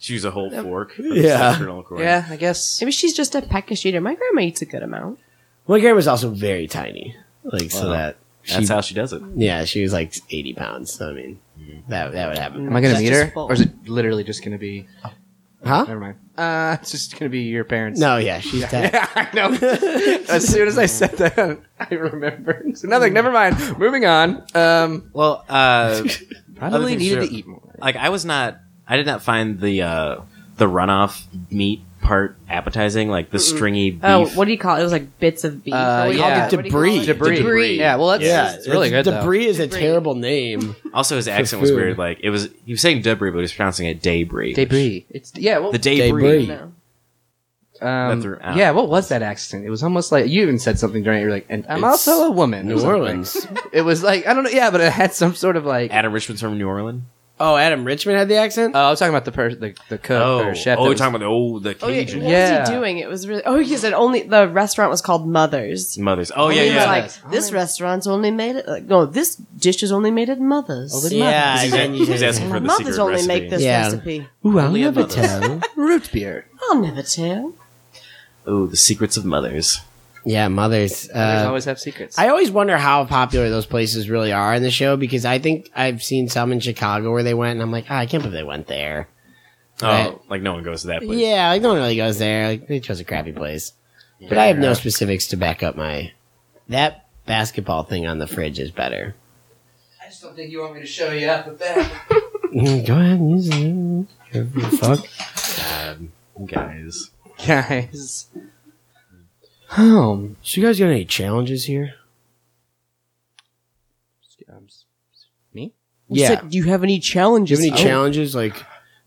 choose a whole fork. Yeah. Yeah, I guess. Maybe she's just a peckish eater. My grandma eats a good amount. My grandma's also very tiny, like so Wow. that That's how she does it. yeah, she was like 80 pounds. So I mean, that that would happen, Am I gonna That's meet just her, full. or is it literally just gonna be? huh? Never mind. Uh, it's just gonna be your parents. No, yeah, she's dead. Yeah, I know. (laughs) as soon as I said that, (laughs) I remembered. So nothing. Never mind. Moving on. Um, (laughs) Well, uh, probably things Uh, needed are- to eat more. like I was not I did not find the uh the runoff meat part appetizing, like the stringy beef. Oh, what do you call it? It was like bits of beef. Uh, What do you yeah. call it? What do you call it? Debris. Debris. Debris. Yeah. Well, that's Yeah, it's really good. though. Debris is a terrible name. also his accent was food. weird, like it was he was saying debris, but he was pronouncing it debris. Debris. It's yeah. Well, The debris. Debris. No. um, That threw out. yeah. What was that accent? It was almost like you even said something during it. You're like, and I'm It's also a woman. or New something. Orleans. It was like I don't know. Yeah, but it had some sort of like. Adam Richmond's from New Orleans. Oh, Adam Richmond had the accent. Oh, I was talking about the person, the, the cook Oh, Uh, or chef. oh, that we're was- talking about the oh the Oh, yeah. Cajun What Yeah. was he doing? It was really. Oh, he said only the restaurant was called Mother's. mothers. Oh yeah, He was yeah. like, this restaurant's only made it. Like, no, this dish is only made at Mother's. yeah, He's- then you he's just- asking Oh, My for the mother's secret only recipe. make this Yeah. recipe. Ooh, I'll Only at never Mother's. tell. root beer. I'll never tell. Oh, the secrets of mothers. yeah, mothers. Mothers Uh, always have secrets. I always wonder how popular those places really are in the show because I think I've seen some in Chicago where they went, and I'm like, oh, I can't believe they went there. Oh, Right. like no one goes to that place. Yeah, like no one really goes there. Like they chose a crappy place. But I have no specifics to back up my that basketball thing on the fridge is better. I just don't think you want me to show you up with that. Mm, Go ahead and use it. Whatever the Fuck. Guys, (laughs) Guys. Um, So you guys got any challenges here? Yeah. Said, Do you have any Do you challenges? have any Oh. challenges? Like,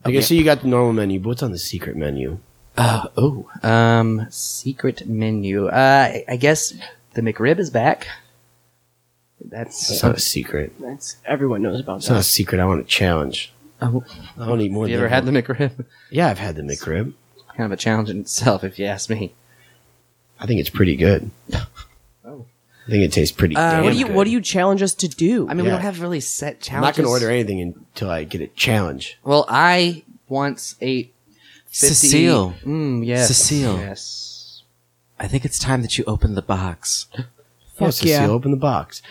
like I see you got the normal menu, but what's on the secret menu? uh, oh, um, secret menu. Uh, I- I guess the McRib is back. That's It's not a secret. That's- Everyone knows about It's not a that. Oh. secret. I want a challenge. I don't eat more. You than ever had the McRib? (laughs) Yeah, I've had the McRib. Kind of a challenge in itself, if you ask me. I think it's pretty (laughs) good. I think it tastes pretty. damn Uh, What do you good. What do you challenge us to do? I mean, we Yeah. don't have really set I'm challenges. not going to order anything until I get a challenge. Well, I once ate 50 Cecile, Mm, yes. Cecile. Yes. I think it's time that you open the box. Oh, Fuck Cecile, yeah. open the box.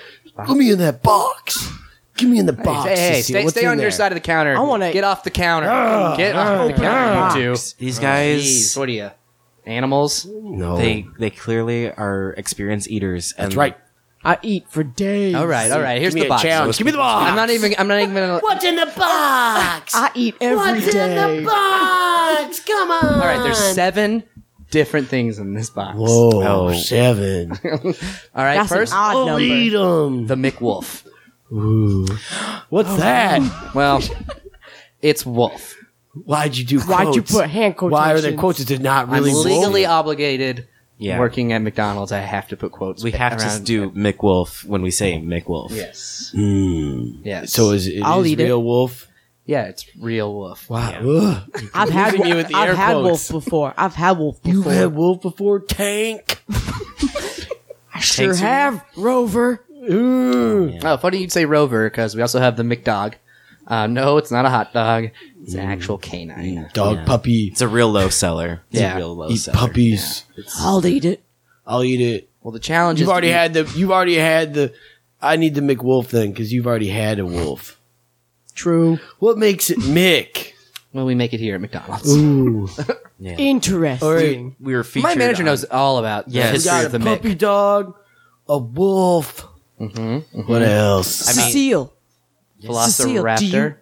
Put me in that box. Give me in the box. Hey, hey, Cecile. stay, What's stay in on your there? side of the counter. I wanna- get off the counter. get off the counter, you two. These Oh, Jeez, Oh. guys, what are you? Animals? No, they they clearly are experienced eaters. And that's right. I eat for days. All right, all right. Here's Give me the a box. challenge. Give me the box. I'm not even. I'm not even. Gonna, all What's in the box? I eat every What's in day. the box? Come on. All right, there's seven different things in this box. Whoa, oh, seven. All right, That's an first odd I'll number. eat 'em. the McWolf. What's that? Well, it's wolf. Why'd you do quotes? Why'd you put hand quotations? Why are there quotes? It's not really I'm legally wolf. obligated. Yeah. Working at McDonald's, I have to put quotes. We have to around- do Mick Wolf when we say Mick Wolf. Yes. Mm. Yes. So is it I'll is eat it. real wolf? yeah, it's real wolf. Wow. Ugh. I've had Leaving you with the I've air had quotes. wolf before. I've had wolf You've before. had wolf before, Tank. I sure Thanks, you- have Rover. Ooh. Oh, funny you'd say rover because we also have the McDog. Uh, no, it's not a hot dog. It's Hmm. an actual canine. Dog Yeah. puppy. It's a real low seller. It's Yeah. a real low Eat seller. puppies. I'll eat it. I'll eat it. Well, the challenge You've is already to- had the. You've already had the. I need the McWolf thing because you've already had a wolf. True. What makes it Mick? Well, we make it here at McDonald's. Ooh, Interesting. We were featured. My manager on- knows all about the Yes. history got of a the Mick. puppy dog, a wolf. Mm-hmm, What else? Cecile, Cecile, do you- Velociraptor.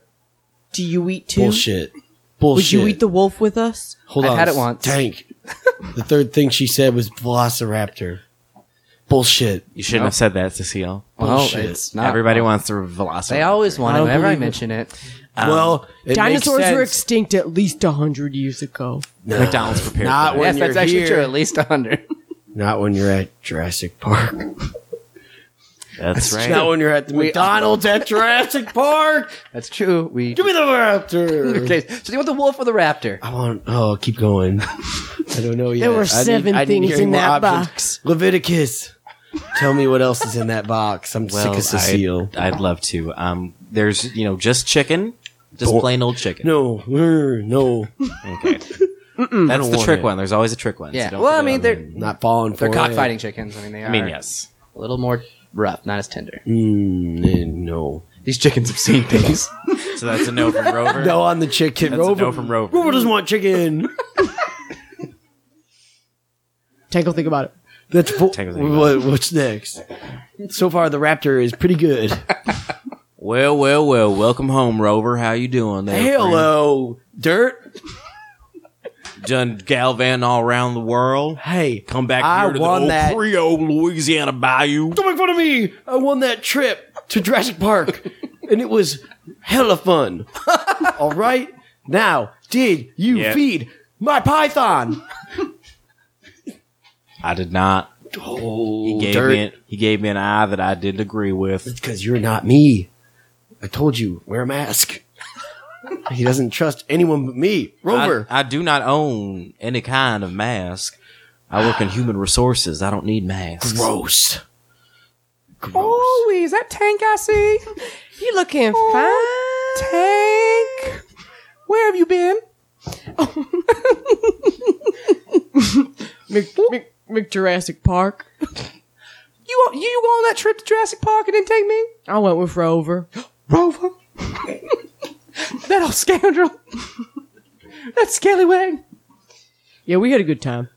do you eat too? Bullshit. Bullshit. Would you eat the wolf with us? Hold I've on. had it once. Tank. the third thing she said was Velociraptor. Bullshit. You shouldn't have said that, Cecile. Well, Bullshit. it's not. Everybody wants the velocity. They always want it don't whenever I believe it. mention it. well, it Dinosaurs makes were sense. extinct at least hundred years ago. (laughs) No, (laughs) McDonald's prepared. Not for that. when Yes, you're that's actually here. true. At least 100. Not when you're at Jurassic Park. That's right. Not when you're at the McDonald's at Jurassic Park. (laughs) That's true. We. (laughs) Give me the (laughs) raptor. (laughs) Okay, so do you want the wolf or the raptor? I want. Oh, keep going. I don't know yet. There I were need- seven I need things hearing in more that options. box. Leviticus. Tell me what else is in that box. I'm sick of Cecile. I'd, I'd love to. Um, there's you know just chicken, just Don't- plain old chicken. No, er, no, (laughs) That's don't the want trick it. one. There's always a trick one. so Yeah. don't Well, I forget mean, about they're it. not falling for they're it. cockfighting chickens. I mean, they are I mean, yes. a little more rough, not as tender. Mm, eh, no, These chickens have seen things. So that's a no from (laughs) Rover. no on the chicken. That's a Rover. no from Rover. Rover doesn't want chicken. Tangle, think about it. That's bo- Take a thing what, what's next. So far, the raptor is pretty good. Well, well, well. Welcome home, Rover. How you doing? There, friend? Hello, dirt. Done galvan all around the world. Hey, Come back I here to won the that. old Creole Louisiana Bayou. Don't make fun of me. I won that trip to Jurassic Park, and it was hella fun. All right. Now, did you Yeah. feed my python? I did not. Oh, He gave me. An, he gave me an eye that I didn't agree with. Because you're not me. I told you, wear a mask. (laughs) he doesn't trust anyone but me. Rover. I, I do not own any kind of mask. I work in human resources. I don't need masks. Gross. Gross. oh, is that tank I see? You looking Tank, where have you (laughs) been? fine? Mc, Mc, Jurassic Park. You you go on that trip to Jurassic Park and didn't take me, I went with Rover. (gasps) Rover. (laughs) that old scoundrel. that scallywag. Yeah, we had a good time.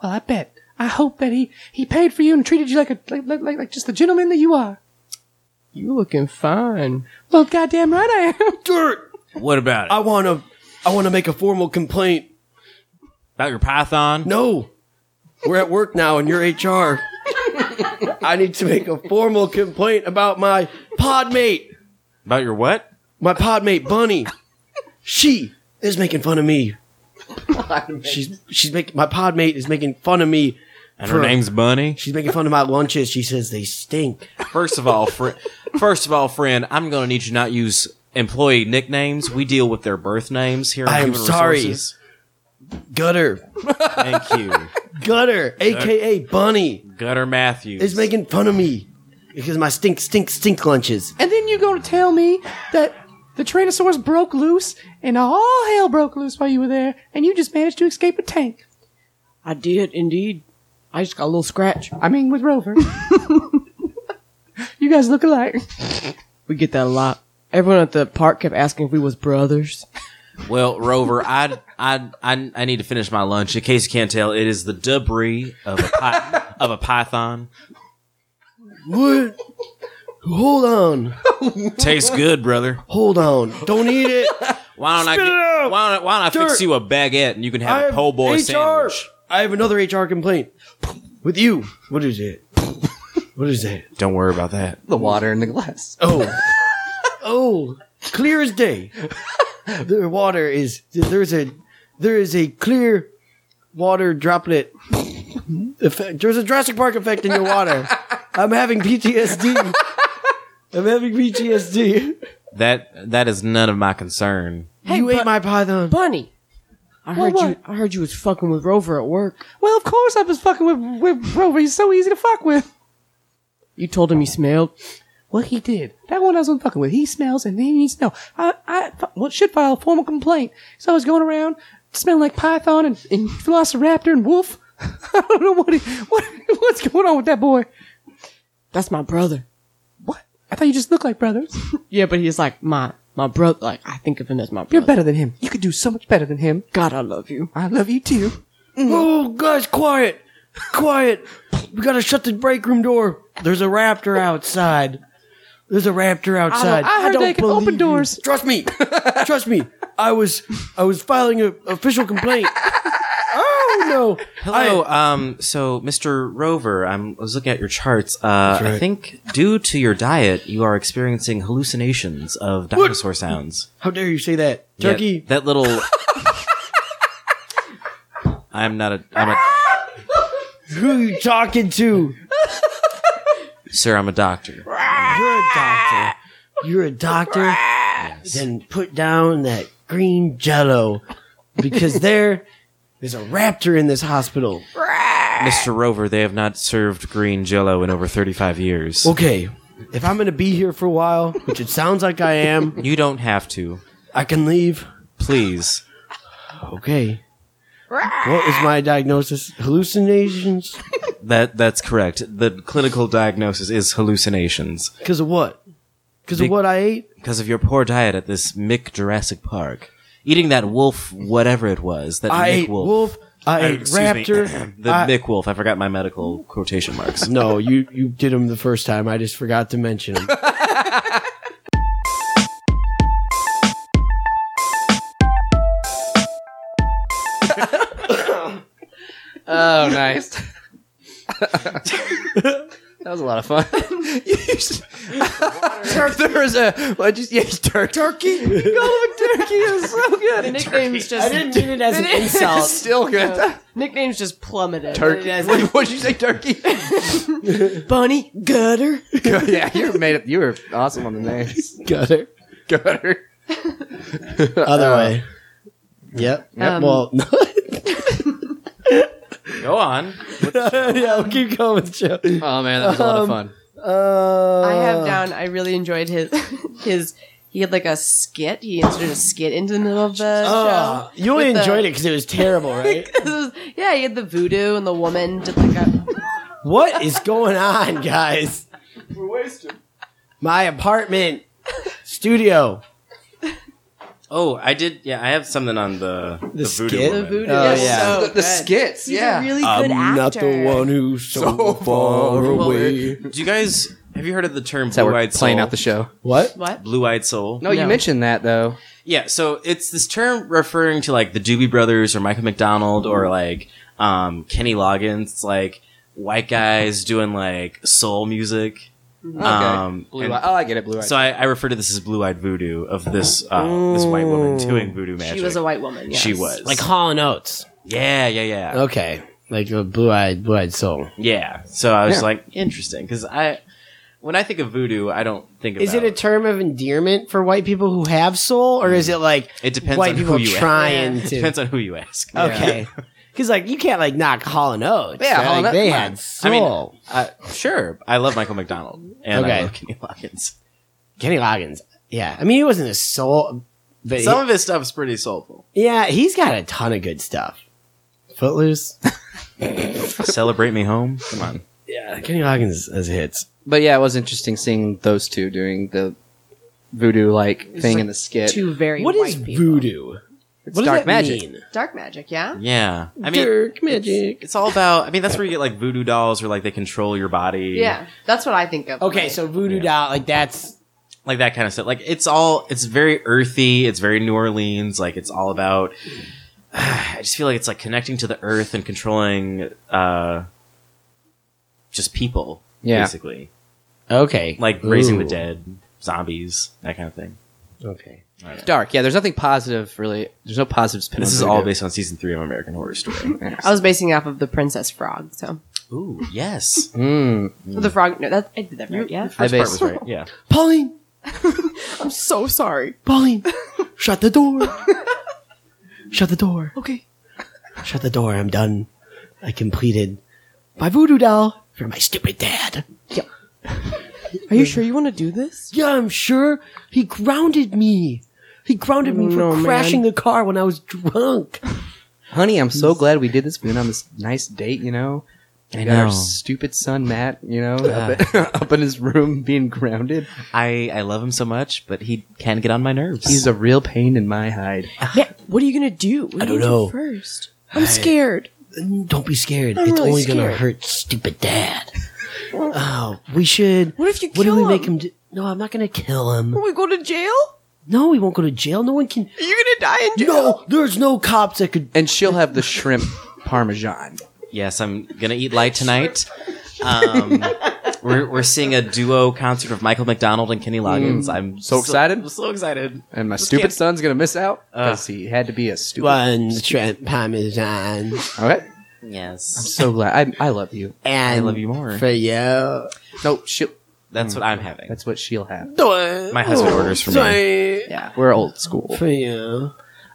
Well, I bet. I hope that he he paid for you and treated you like a like like, like, like just the gentleman that you are. You looking fine? Well, goddamn right I am. Dirt. What about it? I want to I want to make a formal complaint. about your python? No. We're at work now and you're HR. I need to make a formal complaint about my podmate. About your what? My podmate Bunny. She is making fun of me. She's she's making my podmate is making fun of me. And for- her name's Bunny. She's making fun of my lunches. She says they stink. First of all, fr- first of all, friend, I'm gonna need you not use employee nicknames. We deal with their birth names here. on I am Human sorry. Resources. Gutter, Thank you. Gutter, aka Bunny, Gutter Matthews. is making fun of me because my stink, stink, stink lunches. And then you gonna tell me that the Tyrannosaurus broke loose and all hell broke loose while you were there, and you just managed to escape a tank. I did indeed. I just got a little scratch. I mean, with Rover. (laughs) you guys look alike. We get that a lot. Everyone at the park kept asking if we was brothers. Well, Rover, I, I I I need to finish my lunch. In case you can't tell, it is the debris of a (laughs) pi- of a python. What? Hold on, Tastes good, brother. hold on. Don't eat (laughs) it. Why don't Spit it I out! get, why don't, why don't I fix Dirt! you a baguette and you can have a Oh, po' boy HR. sandwich? I have another HR complaint with you. What is it? What is that? Don't worry about that. The water in the glass. Oh, oh, clear as (laughs) day. The water is there's a there is a clear water droplet effect. There's a Jurassic Park effect in your water. I'm having PTSD. I'm having PTSD. That that is none of my concern. you ate my python. Bunny. I heard what? you. I heard you was fucking with Rover at work. Well, of course I was fucking with, with Rover. He's so easy to fuck with. You told him you smelled. Well, he did. That one I was fucking with. He smells and he needs to know. I, I fu- well, should file a formal complaint. So I was going around smelling like python and, and velociraptor and wolf. (laughs) I don't know what, he, what (laughs) what's going on with that boy. That's my brother. What? I thought you just looked like brothers. Yeah, but he's like my my brother. Like I think of him as my brother. You're better than him. You could do so much better than him. God, I love you. I love you too. Oh, guys, quiet, quiet. We gotta shut the break room door. There's a raptor outside. There's a raptor outside. I heard don't they can believe open you. doors. Trust me. Trust me. I was I was filing a official complaint. Oh no. Hello, um, so Mr. Rover, I'm, I was looking at your charts. Uh, I think due to your diet, you are experiencing hallucinations of dinosaur sounds. How dare you say that? Yeah, Turkey. that little. I'm not a. I'm a. Who you talking to? Sir, I'm a doctor. You're a doctor. You're a doctor. Then put down that green jello. Because there there's a raptor in this hospital. Mr. Rover, they have not served green jello in over 35 years. Okay. If I'm gonna be here for a while, which it sounds like I am, You don't have to. I can leave. Please. Okay. What was my diagnosis? Hallucinations? That that's correct. The clinical diagnosis is hallucinations Because of what? Because of Be- what I ate? because of your poor diet at this Mick Jurassic Park. Eating that wolf, whatever it was, that I Mick ate wolf, wolf. Oh, I ate Excuse me. (laughs) raptor. (clears throat) the I- Mick wolf. I forgot my medical quotation marks. no, you you did them the first time. I just forgot to mention them. Oh, nice. that was a lot of fun. (laughs) You (laughs) just- there was a well, just yeah, tur- turkey. Go with turkey. It was so good. The (laughs) nickname's just. mean it as an insult. Still good. (laughs) Nickname's just plummeted. Turkey. What did you say, (laughs) turkey? Bunny gutter. yeah, you were made up. You were awesome on the (laughs) names. Gutter. Gutter. Other Uh, way. Yep. (laughs) Um, well, Go on. (laughs) yeah, we'll keep going with the show. Oh man, that was a lot Um, of fun. Uh, I have down. I really enjoyed his (laughs) his. He had like a skit. He inserted a skit into the middle of the Ah, uh, show. you only with the- enjoyed it because it was terrible, (laughs) right? This was- yeah, he had the voodoo and the woman did like a. what is going on, guys? We're wasted. My apartment studio. Oh, I did. Yeah, I have something on the the, voodoo skit? woman. The voodoo. Oh, was yeah. so the, the good. skits. He's yeah. a really good actor. who's so, far away. Do you guys have you heard of the term that we're blue-eyed playing soul? out the show. What? What? Blue-eyed soul. No, you mentioned that though. Yeah, so it's this term referring to like the Doobie Brothers or Michael McDonald or like um, Kenny Loggins, It's, like white guys doing like soul music. Um, Blue and eye. Oh, I get it. Blue eye. so I, I refer to this as blue-eyed voodoo of this uh, this white woman doing voodoo magic. She was a white woman. Yes. She was Like Hall and Oates. yeah, yeah, yeah, Okay. Like a blue eyed, blue eyed soul. yeah. So I was Yeah. like, interesting, because I when I think of voodoo, I don't think Is it about- a term of endearment for white people who have soul, or is it like It depends white on people who you (laughs) trying ask. to? Depends on who you ask. (laughs) Okay, because like you can't like knock Hall and Oates. Yeah, right? Hall and Like, Oates, they come had on. I soul. mean, uh, sure. I love Michael McDonald and Okay. I love Kenny Loggins. Kenny Loggins. Yeah, I mean he wasn't a soul, but he- Some of his stuff's pretty soulful. yeah, he's got a ton of good stuff. Footloose. Celebrate me home. Come on. Yeah, Kenny Loggins has hits. But yeah, it was interesting seeing those two doing the voodoo like It's thing like in the skit. Two very What white is people. voodoo? it's What does dark that magic. mean? Dark magic, yeah. Yeah. I mean, Dark magic. it's all about. I mean, that's where you get like voodoo dolls, where like they control your body. Yeah, that's what I think of. Okay, so voodoo doll, like that's like that kind of stuff. Like it's all it's very earthy. It's very New Orleans. Like it's all about. (sighs) I just feel like it's like connecting to the earth and controlling, uh, just people. Yeah. Basically, okay. like raising the Ooh. dead, zombies, that kind of thing. Okay. Dark. Yeah, there's nothing positive really. There's no positive spin. This on is all voodoo. based on season three of American Horror (laughs) Story. I was basing it off of the Princess Frog. So Ooh, yes. Mm. the frog. No, that I did that right. Yeah. I Part was based. right. Yeah. Pauline, I'm so sorry. Pauline, shut the door. shut the door. Okay. Shut the door. I'm done. I completed my voodoo doll for my stupid dad. Are you sure you want to do this? Yeah, I'm sure he grounded me. He grounded me for No, man. crashing the car when I was drunk. Honey, I'm so glad we did this. We went on this nice date, you know. And know. our stupid son Matt, you know, up, up (laughs) in his room being grounded. I I love him so much, but he can get on my nerves. He's a real pain in my hide. what are you gonna do? What I are you don't gonna know. do first. I'm scared. Don't be scared. I'm it's really only gonna scared. hurt stupid dad. Oh, we should. What if you What kill do we him? make him do? No, I'm not gonna kill him. Will we go to jail? No, he won't go to jail. No one can. Are you gonna die in jail? No, there's no cops that could. And she'll have the shrimp parmesan. Yes, I'm gonna eat light tonight. Um, we're we're seeing a duo concert of Michael McDonald and Kenny Loggins. I'm So excited. I'm so excited. And my stupid son's gonna miss out because he had to be a stupid. One (laughs) shrimp parmesan, Okay. Yes, So glad. I, I love you. and I love you more. for you. No, she'll. That's what I'm having. That's what she'll have. My husband orders for me. Yeah, we're old school. For you.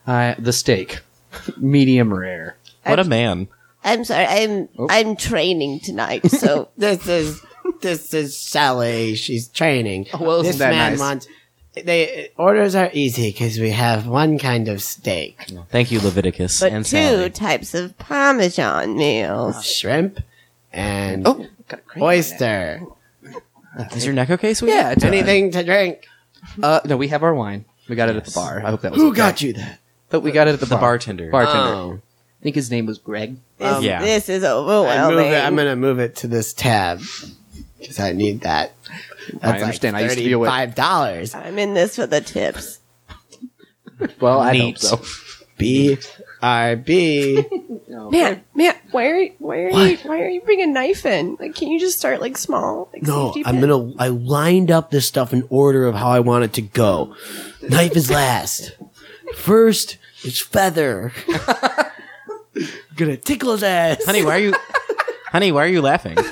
Uh, the steak, medium rare. What a man! I'm sorry. I'm Oh. I'm training tonight, (laughs) so This is this is Sally. She's training. Oh, well, isn't this that man nice? wants. They orders are easy because we have one kind of steak, Thank you, Leviticus but and two Sally. types of Parmesan meals. shrimp, and Oh, got a crank on that. oyster. Is your neck okay, sweetie? Yeah, it's Anything to drink. Uh, no, we have our wine. We got it at the bar. I hope that was. Who okay. got you that? But we got it at the, The bar. bartender. Bartender. Oh. I think his name was Greg. This, yeah. this is Uh, um, I move overwhelming. it, I'm gonna move it to this tab because I need that. That's understand. I Like used to be aware. Five dollars. I'm in this for the tips. Well, I Neat. hope so. B R (laughs) B. Man, man, why are why are you why are you bringing a knife in? Like, can you just start like small? Like, No, safety I'm pin? gonna. I lined up this stuff in order of how I want it to go. Knife is last. First, it's feather. gonna tickle his ass. Honey, why are you? honey, why are you laughing? (laughs)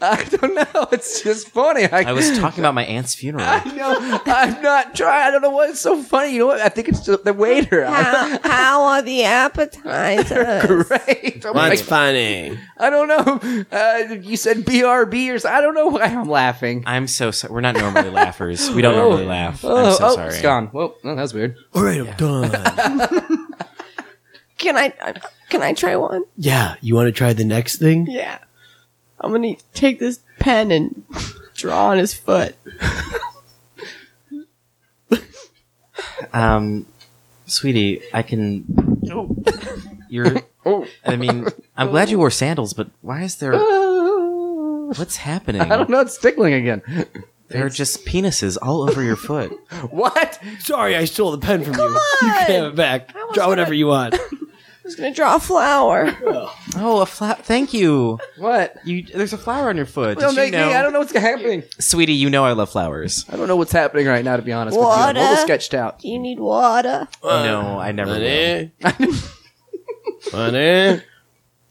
I don't know. It's just funny. I, I was talking about my aunt's funeral. No, I'm not trying. I don't know what's so funny. You know what? I think it's just the waiter. (laughs) How, how are the (laughs) appetizers? Great. I'm That's like, funny. I don't know. Uh, you said BRB or so- I don't know why I'm laughing. I'm so sorry. We're not normally laughers. We don't normally laugh. I'm so oh, sorry. it's gone. Well, oh, that was weird. All right, I'm done. Can I uh, can I try one? yeah, you want to try the next thing? Yeah. I'm gonna take this pen and draw on his foot. Um, sweetie, I can. Oh. (laughs) You're. Oh. I mean, I'm glad you wore sandals, but why is there? What's happening? I don't know. It's tickling again. (laughs) There are just penises all over your foot. what? Sorry, I stole the pen from you. You can have it back. Draw whatever you (laughs) want. I'm just gonna draw a flower. Oh, a flower. Thank you. What? You there's a flower on your foot. Don't Did you make know? me. I don't know what's happening. Sweetie, you know I love flowers. I don't know what's happening right now. To be honest, with you. I'm a little Water. sketched out. Do you need water? Uh, no, I never will. (laughs) Honey, Uh,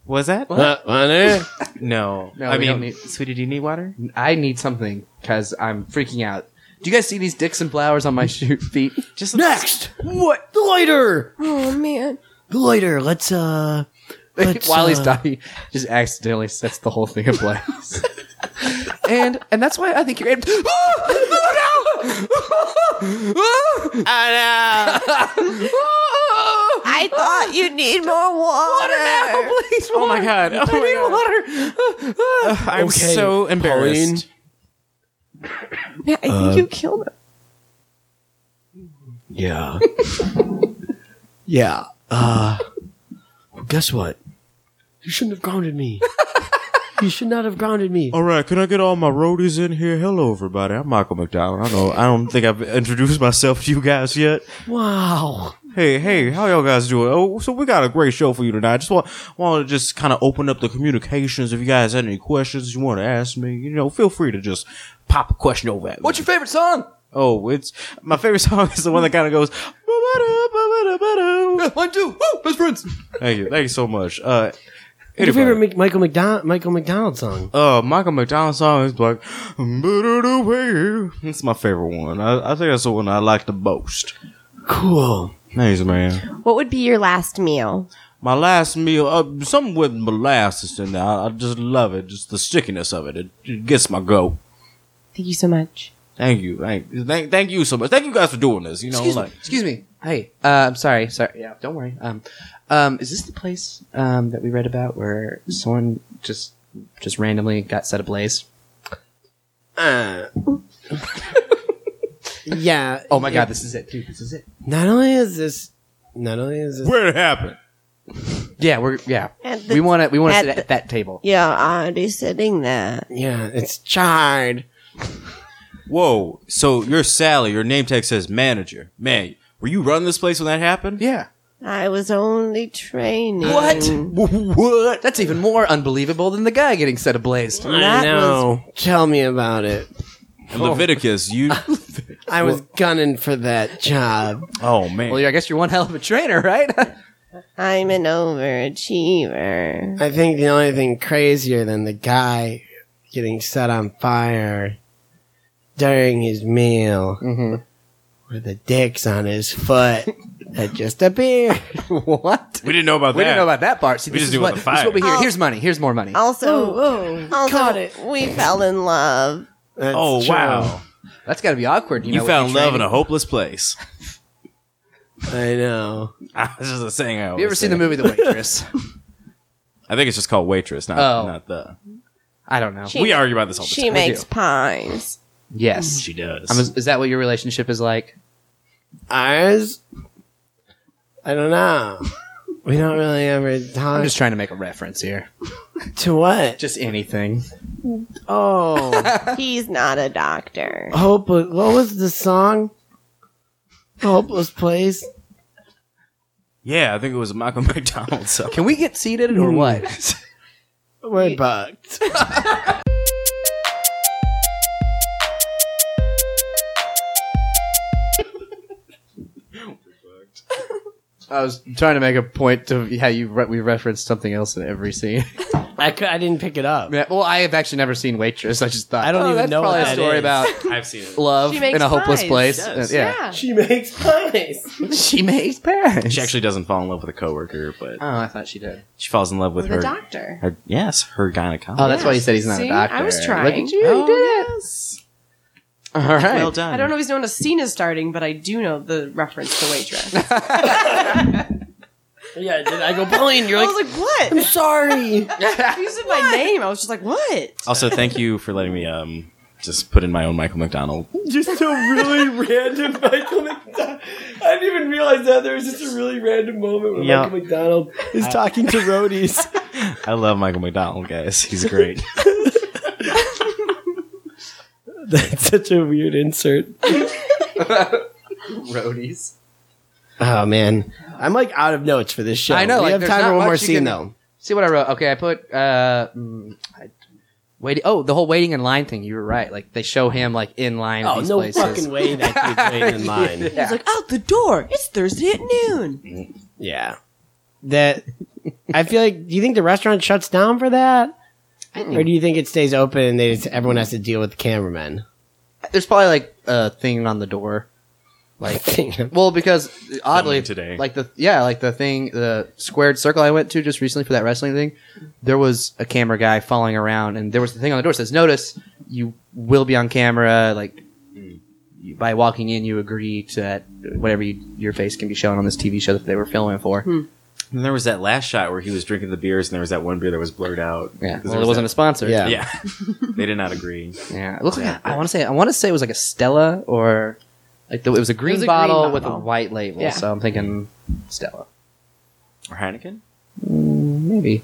Was that? honey. No, No, I we mean, don't need- sweetie, do you need water? I need something because I'm freaking out. Do you guys see these dicks and flowers on my (laughs) shoe feet? Just (laughs) Next, what the lighter? Oh man. The lighter. Let's uh. Let's, While he's uh, dying, just accidentally sets the whole thing in place. (laughs) and and that's why I think you're. Able to- oh (gasps) no! I thought you'd need more water. Please, water. my God. Oh my God. I need water. I'm Okay, so embarrassed. Yeah, I think Uh, you killed him. Yeah. yeah. Uh, guess what? You shouldn't have grounded me. you should not have grounded me. All right, can I get all my roadies in here? Hello, everybody. I'm Michael McDonald. I know I don't think I've introduced myself to you guys yet. Wow. Hey, hey, how y'all guys doing? Oh, so we got a great show for you tonight. Just want want to just kind of open up the communications. If you guys had any questions you want to ask me, you know, feel free to just pop a question over at me. What's your favorite song? Oh, it's my favorite song is the one that kind of goes. "Ba-ba-da, ba-ba-da-ba-da." (laughs) One, two, woo, best friends. Thank you, thank you so much. Uh, Your anyway. favorite Mc- Michael McDonald Michael McDonald song? uh Michael McDonald song is like It's my favorite one. I, I think that's the one I like the most. Cool. Thanks, man. What would be your last meal? My last meal, uh, something with molasses in there. I, I just love it. Just the stickiness of it. It, it gets my go. Thank you so much. Thank you. Thank, thank thank you so much. Thank you guys for doing this. You know, (laughs) Excuse like me. Excuse me. Hey, uh, I'm sorry. Sorry. Yeah, don't worry. Um, um, is this the place um, that we read about where someone just just randomly got set ablaze? Uh. (laughs) Yeah. Oh my god, this is it, dude. This is it. Not only is this, not only is this, where it happened. Yeah, we're yeah. At the- We want to we want to at sit at the- that table. You're already sitting there. yeah, it's charred. Whoa. So you're Sally. Your name tag says manager. Man, were you running this place when that happened? Yeah. I was only training. What? That's even more unbelievable than the guy getting set ablaze. I That know. Tell me about it. Oh. In Leviticus, (laughs) you. I was gunning for that job. oh man. Well, I guess you're one hell of a trainer, right? (laughs) I'm an overachiever. I think the only thing crazier than the guy getting set on fire during his meal Mhm. were the dicks on his foot that just appeared. what? we didn't know about We that. didn't know about that part. See, We this just is knew what, about the this is what we hear. fire. Here's money. Here's more money. Also, Oh, also caught it. we fell in love. That's Oh true. wow! That's got to be awkward. You, You know, if found you're love in training. a hopeless place. (laughs) I know. I was just saying. I Have you ever always seen the say. (laughs) movie The Waitress? I think it's just called waitress, not Oh. not the. I don't know. She- we argue about this all the She time. makes do. pies. Yes. She does. I'm, is that what your relationship is like? Ours? I don't know. We don't really ever I'm talk just trying to make a reference here. to what? Just anything. Oh, He's not a doctor. hopeless. What was the song? Hopeless place. yeah, I think it was Michael (laughs) McDonald. (laughs) So Can we get seated Mm. (laughs) or what? We're bugged. I was trying to make a point to how you re- we referenced something else in every scene. (laughs) I, cou- I didn't pick it up. Yeah, well, I have actually never seen Waitress. I just thought I don't oh, even that's know probably what a that story is. about I've seen it. love She makes in a hopeless pies. place. She does. Uh, yeah. She makes pies. she makes pies. She actually doesn't fall in love with a coworker, but Oh, I thought she did. she falls in love with With a her, doctor. her. Yes, her gynecologist. Oh, that's why you said he's not See? a doctor. I was Look trying. at you, you Oh, did yes. it. All right. well done. I don't always know when a scene is starting, but I do know the reference to (laughs) waitress. (laughs) yeah, did I go, Pauline, you're I like, was like, what? I'm sorry. (laughs) You said my name. I was just like, what? Also, thank you for letting me um just put in my own Michael McDonald. just a really (laughs) random Michael McDonald. I didn't even realize that. There was just a really random moment when Yeah. Michael McDonald is talking (laughs) to roadies. I love Michael McDonald, guys. He's (laughs) great. That's such a weird insert. Roadies. Oh, man. I'm like out of notes for this show. I know, We like, have there's time not for one much more you scene, can- though. See what I wrote. Okay, I put uh, mm, I, wait. Oh, the whole waiting in line thing. You were right. Like they show him like in line. at Oh, these no places. fucking way that (laughs) dude's (laughs) waiting in line. Yeah. He's like, out the door. It's Thursday at noon. Yeah. That I feel like do you think the restaurant shuts down for that? Or do you think it stays open and they just, everyone has to deal with the cameramen? There's probably like a thing on the door. Like (laughs) well, because oddly Filming today. like the yeah, like the thing, the squared circle I went to just recently for that wrestling thing, there was a camera guy following around, and there was the thing on the door that says, "Notice you will be on camera." Like you, by walking in, you agree to that whatever you, your face can be shown on this TV show that they were filming for. And there was that last shot where he was drinking the beers, and there was that one beer that was blurred out. Yeah, 'Cause there well, it wasn't a sponsor. that- yeah, (laughs) they did not agree. Yeah, it looked like I want to say I want to say it was like a Stella or like the, it was a green, was a green bottle, with a bottle. white label. Yeah. So I'm thinking Stella, Or Heineken. Mm, maybe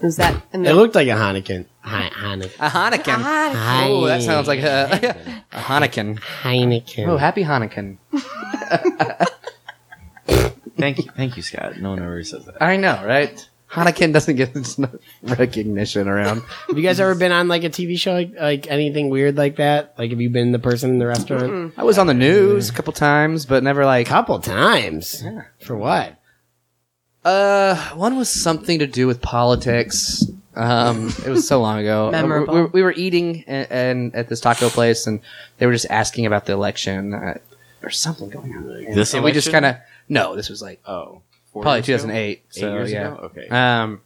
Is that and It the, looked like a Heineken. Hi- Heineken. a Hanakin. God. Oh, that sounds (laughs) like a, a Hanakin. Heineken. Oh, happy Hanakin! Thank you, thank you, Scott. No one ever says that. I know, right? Hanakin doesn't get enough recognition around. Have you guys ever been on like a TV show, like, like anything weird like that? Like, have you been the person in the restaurant? I was on the news a couple times, but never A like. couple times. For what? Uh, one was something to do with politics. Um, it was so long ago. Uh, we- Memorable. We, were- we were eating and, and at this taco place, and they were just asking about the election uh, or something going on. And, This and we just election? kind of no. This was like Oh, four probably years 2008. Ago? so Eight years yeah. ago. Okay. Um,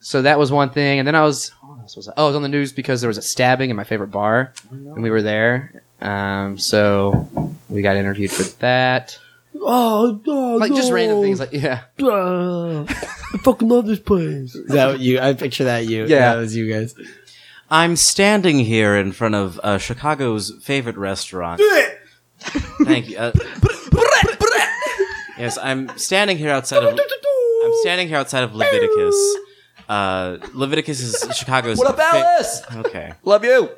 so that was one thing, and then I was, what else was I? oh, I was on the news because there was a stabbing in my favorite bar, and we were there. Um, so we got interviewed for that. Oh, no, Like just random things, like yeah, I fucking love this place. Is that what you? I picture that you. Yeah. that was you guys. I'm standing here in front of uh, Chicago's favorite restaurant. Thank you. Uh, yes, I'm standing here outside of. I'm standing here outside of Leviticus. Uh, Leviticus is Chicago's. What about us? Okay. love you.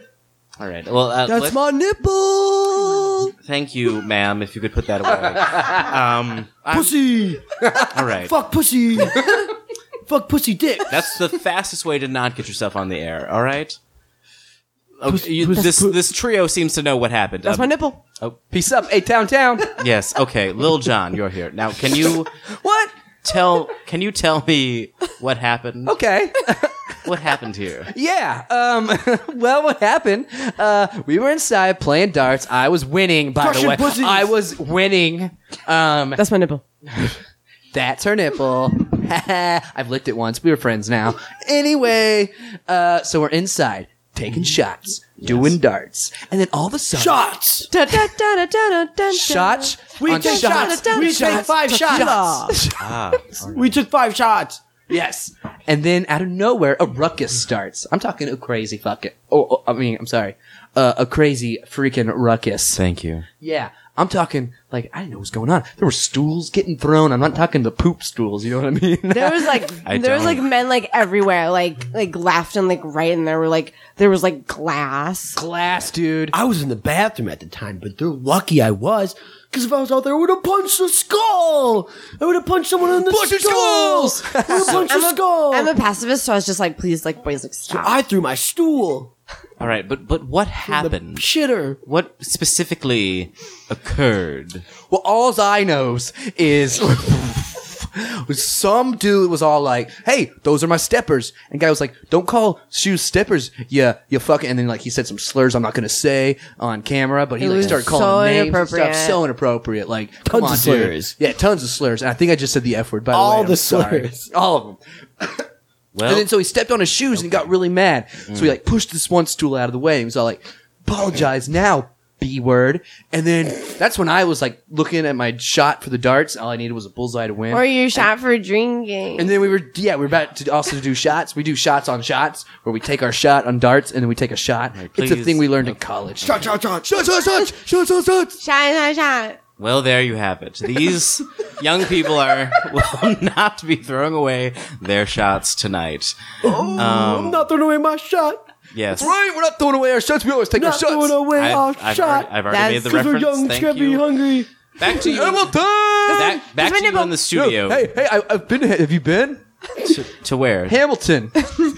All right. Well, uh, let's- my nipple. thank you, ma'am. If you could put that away. (laughs) Um, I'm- Pussy, All right. (laughs) fuck pussy, fuck pussy dick. That's the fastest way to not get yourself on the air. All right. Okay, you- this this trio seems to know what happened. That's my Um, nipple. Oh. Peace up, A Town (laughs) Town. Yes. Okay, Lil John, you're here now. Can you what? tell? Can you tell me what happened? Okay. (laughs) What happened here? yeah. Um. (laughs) well, what happened? Uh, we were inside playing darts. I was winning. By the Crushing way, pussies. I was winning. Um. that's my nipple. That's her nipple. (laughs) I've licked it once. We were friends now. Anyway, uh, so we're inside taking shots, doing darts, and then all of a sudden, Shots. Da, da, da, da, da, da, da. shots, We on take shots. We take five shots. We took five shots. Yes. (laughs) And then out of nowhere, a ruckus starts. I'm talking a crazy fucking. Oh, oh, I mean, I'm sorry. Uh, a crazy freaking ruckus. Thank you. Yeah. I'm talking like I didn't know what was going on. There were stools getting thrown. I'm not talking the poop stools. You know what I mean? (laughs) There was like (laughs) I there was don't. like men like everywhere, like like left and like right, and there were like there was like glass. glass, dude. I was in the bathroom at the time, but they're lucky I was. Because if I was out there, I would have punched the skull. I would have punched someone in the Punch your skull. skulls! I (laughs) would have punched the skull. I'm a pacifist, so I was just like, please, like boys, like stop. Oh. I threw my stool. All right, but but what The happened? shitter. What specifically occurred? Well, all I knows is (laughs) some dude was all like, "Hey, those are my steppers," and guy was like, "Don't call shoes steppers, yeah, you fucking." And then like he said some slurs I'm not gonna say on camera, but he It like was started so calling names and stuff, inappropriate. so inappropriate, like come Tons on, of dude. slurs. yeah, tons of slurs. And I think I just said the f word. By All the way, the I'm sorry. slurs. all of them. Well, Mm. And then so he stepped on his shoes and he got really mad. So he like pushed this one stool out of the way. He was all like, apologize now, B word. And then that's when I was like looking at my shot for the darts. All I needed was a bullseye to win. Or you shot for drinking. and then we were, yeah, we were about to also do shots. We do shots on shots where we take our shot on darts and then we take a shot. it's a please. thing we learned in college. Shot, shot, shot. Shot, shot, shot. Shot, shot, shot. shot, shot, shot. well, there you have it. These young people are (laughs) will not be throwing away their shots tonight. I'm not throwing away my shot. Yes. Right, we're not throwing away our shots. We always take our Not shots. throwing away our I've, I've shot. already, I've already made the Because we're reference. young, Thank chubby, you. hungry. Back to (laughs) you. Animal time. Back, back to you in the studio. Hey, hey, I, I've been. Have you been? To, to where? Hamilton.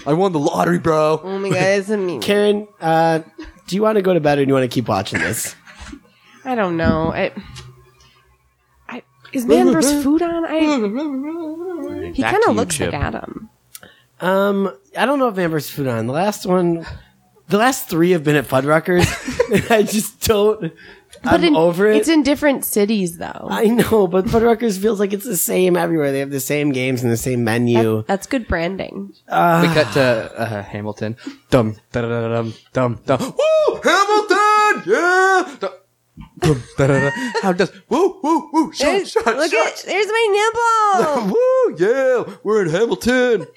I won the lottery, bro. Oh my god, it's a meme. Karen, uh, do you want to go to bed or do you want to keep (laughs) watching this? I don't know. I, I is man versus food on? I he Back kind to you, of looks Chip. like Adam. Um, I don't know if Man vs. Food on the last one. The last three have been at Fuddruckers. I just don't. I'm in- over it. It's in different cities, though. I know, but Fuddruckers feels like it's the same everywhere. They have the same games and the same menu. That's good branding. we cut to uh, Hamilton. Dum da-da-da-dum, dum dum. Woo! Hamilton! Yeah! Da- Boom, da-da-da. How does. Woo, woo, woo! Shot, There's, shot, look shot! at there's my nipple. (laughs) Woo, yeah! We're in Hamilton!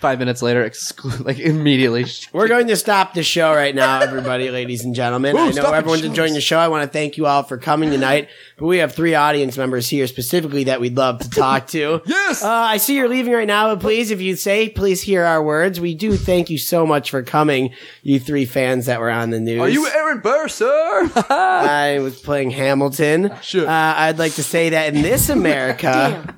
Five minutes later, exclu- like immediately. We're going to stop the show right now, everybody, ladies and gentlemen. I know stop it, everyone's shows. enjoying the show. I want to thank you all for coming tonight. But we have three audience members here specifically that we'd love to talk to. (laughs) Yes! Uh, I see you're leaving right now, but please, if you say, please hear our words. We do thank you so much for coming, you three fans that were on the news. Are you Aaron Burr, sir? (laughs) I was playing Hamilton. Sure. Uh, I'd like to say that (laughs) in this America,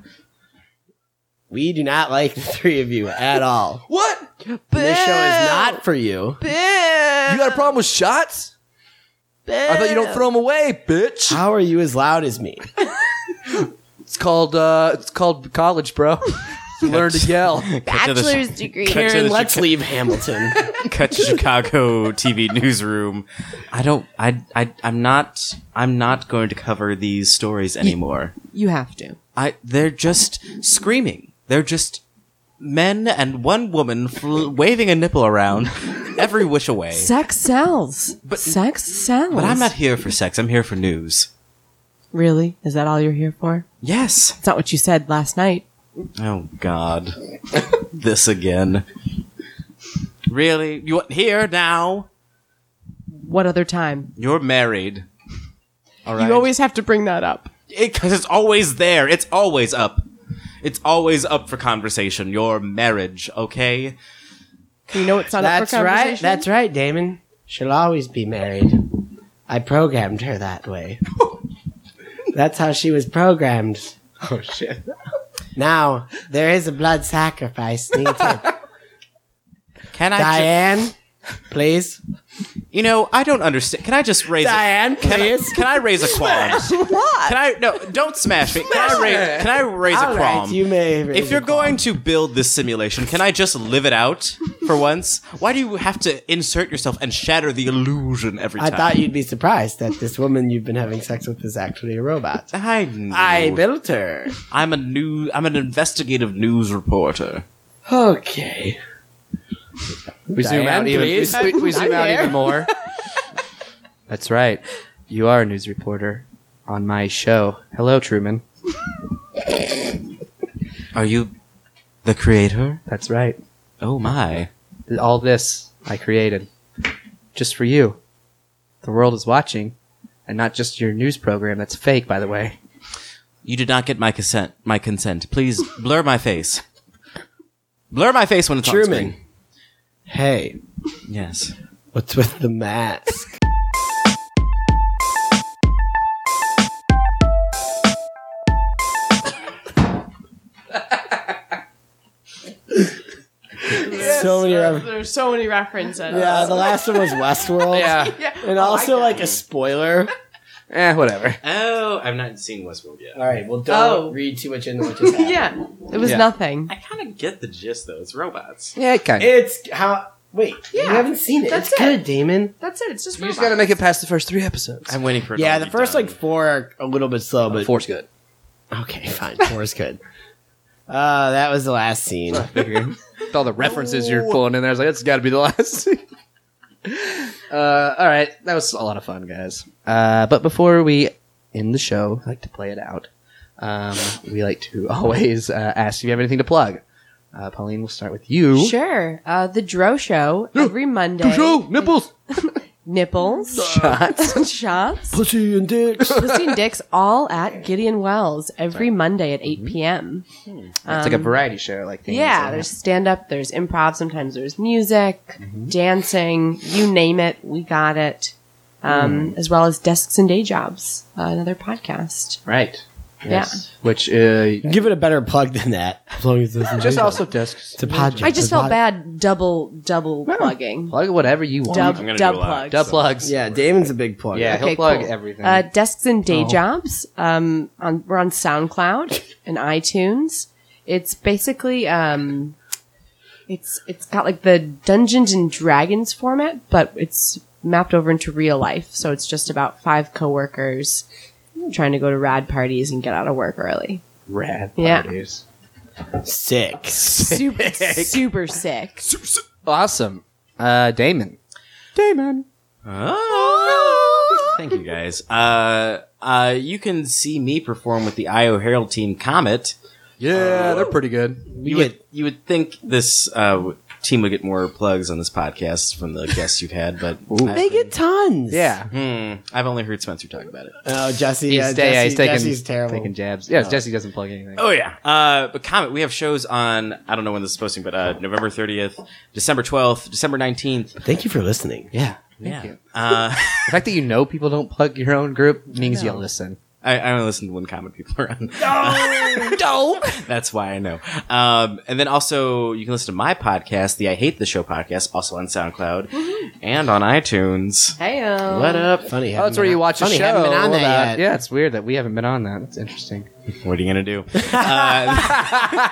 we do not like the three of you at all. what? You This show is not for you. got a problem with shots? I thought you don't throw them away, bitch. How are you as loud as me? It's called uh, it's called college, bro. You learn to yell. Bachelor's degree. Karen, let's leave Hamilton. (laughs) cut to Chicago TV newsroom. I don't. I. I. I'm not. I'm not going to cover these stories anymore. You have to. I. They're just screaming. They're just men and one woman fl- waving a nipple around every which (laughs) away. Sex sells. But sex sells. But I'm not here for sex. I'm here for news. really. Is that all you're here for? Yes. It's not what you said last night. Oh God. this again. Really? You want here now? What other time? You're married. You always have to bring that up. because it's always there. It's always up. It's always up for conversation. Your marriage, okay? You know it's not That's up for right. conversation. That's right, Damon. She'll always be married. I programmed her that (laughs) way. That's how she was programmed. Oh shit. Now there is a blood sacrifice (laughs) needed. Can I? ju- Diane, please. you know, I don't understand. Can I just raise? Diane, a, can, I, please. can I raise (laughs) a qualm? What? Can I? No, don't smash me. Can I raise? Can I raise All a right, qualm? you may. raise if you're a qualm. going to build this simulation, can I just live it out for once? Why do you have to insert yourself and shatter the illusion every I time? thought you'd be surprised that this woman you've been having sex with is actually a robot. I knew. I built her. I'm a new. I'm an investigative news reporter. Okay. We zoom Diane, out even. We, please. we- we zoom out there. even more. That's right. You are a news reporter on my show. Hello, Truman. Are you the creator? That's right. Oh my. All this I created just for you. The world is watching, and not just your news program. That's fake, by the way. You did not get my consent. My consent. Please blur my face. Blur my face when it's on Truman. screen. Hey, Yes. what's with the mask? so many references. There's so many (laughs) references. Yeah, the last one was Westworld. Yeah. And Oh, also, like, a spoiler. (laughs) Eh, whatever. Oh, I've not seen Westworld yet. All right, well, don't Oh. read too much into (laughs) what just happened. yeah. It was Yeah. nothing. I kind of get the gist though. It's robots. Yeah, kind of. It's how. Wait, you Yeah, haven't seen it. that's it's it. good, Damon. That's it. It's just You just gotta make it past the first three episodes. I'm waiting for. It Yeah, all the to be first done. like four are a little bit slow, but Four's good. okay, fine. Four is good. Uh, that was the last scene. (laughs) With all the references you're pulling in there, I was like, that's got to be the last. (laughs) uh, all right, that was a lot of fun, guys. Uh, but before we end the show, I like to play it out. Um, we like to (laughs) always uh, ask if you have anything to plug. Uh, Pauline, we'll start with you. Sure. Uh, the Dro Show every Monday. nipples, (laughs) Nipples. shots. (laughs) shots. Pussy and dicks. Pussy and Dicks all at Gideon Wells every Monday at 8 p.m. it's like a variety show, like things Um, Yeah, like there's stand up, there's improv, sometimes there's music, Mm-hmm. dancing, you name it, we got it. Um, Mm. As well as Desks and Day Jobs, uh, another podcast. that. right. Yes. Which uh, Give it a better plug than that. As long as this just also desks. it's a podcast. I just It's felt not- bad double, double plugging. Plug whatever you want. Dub, gonna dub do a lot. plug. Dub plugs. (laughs) Yeah, Damon's a big plug. Yeah, Okay, he'll plug cool. everything. Uh, Desks and Oh. Day Jobs. Um, on, we're (laughs) on SoundCloud and iTunes. It's basically um, It's it's got like the Dungeons and Dragons format, but it's mapped over into real life. So it's just about five coworkers trying to go to rad parties and get out of work early. Rad Yeah. parties. Sick. Super super sick. Awesome. Uh, Damon. Damon. Thank you guys. Uh, uh, you can see me perform with the IO Herald team Comet. Yeah, they're pretty good. You would you would think this uh, w- team would get more plugs on this podcast from the guests you've had, but I, They get tons. Yeah. hmm, I've only heard Spencer talk about it. Oh, Jesse. He's, yeah, yeah, Jesse, he's taking, Jesse's terrible. taking jabs. Yeah, Jesse doesn't plug anything. Oh yeah. Uh, but Comet, we have shows on I don't know when this is posting, but uh, November thirtieth, December twelfth, December nineteenth. Thank you for listening. Yeah. Yeah. you. Uh, The fact that you know people don't plug your own group means you listen. I, I only listen to when Comet people are on. (laughs) That's why I know. Um, and then also, you can listen to my podcast, the I Hate the Show podcast, also on SoundCloud and on iTunes. Hey, What up? Funny. Oh, that's where you watch a Funny, show. haven't been on that about- yet. Yeah, it's weird that we haven't been on that. That's interesting. What are you gonna do? uh,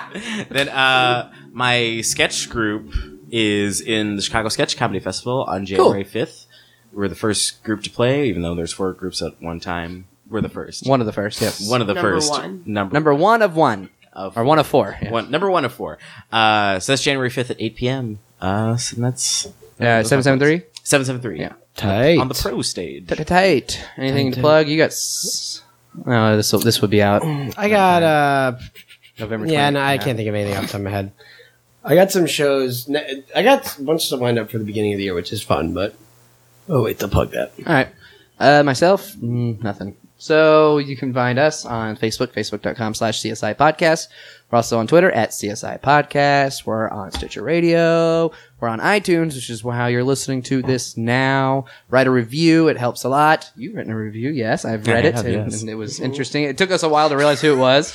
(laughs) then uh, my sketch group is in the Chicago Sketch Comedy Festival on January fifth. We're the first group to play, even though there's four groups at one time. We're the first. One of Uh, the first. Yep. One of the Number first. one. Number Number one of one. of Or one of four. Yeah, one. Number one of four. Uh, so that's January fifth at eight p.m. Uh, so that's Uh, 773. seven seven three. Yeah. Tight. on the pro stage. Tight. Anything to plug? You got. S- oh, this will, this would be out I got uh November. Mm. yeah, 20th. no, I can't think of anything off the top of my head. I got some shows. ne- I got a bunch of stuff lined up for the beginning of the year, which is fun. But oh wait, they'll plug that. All right. Uh, myself, mm, nothing. So you can find us on Facebook, facebook.com slash CSI Podcast. We're also on Twitter at CSI Podcast. We're on Stitcher Radio. We're on iTunes, which is how you're listening to this now. Write a review. It helps a lot. You've written a review. Yes, I've read it. have, and, yes. and it was interesting. It took us a while to realize who it was.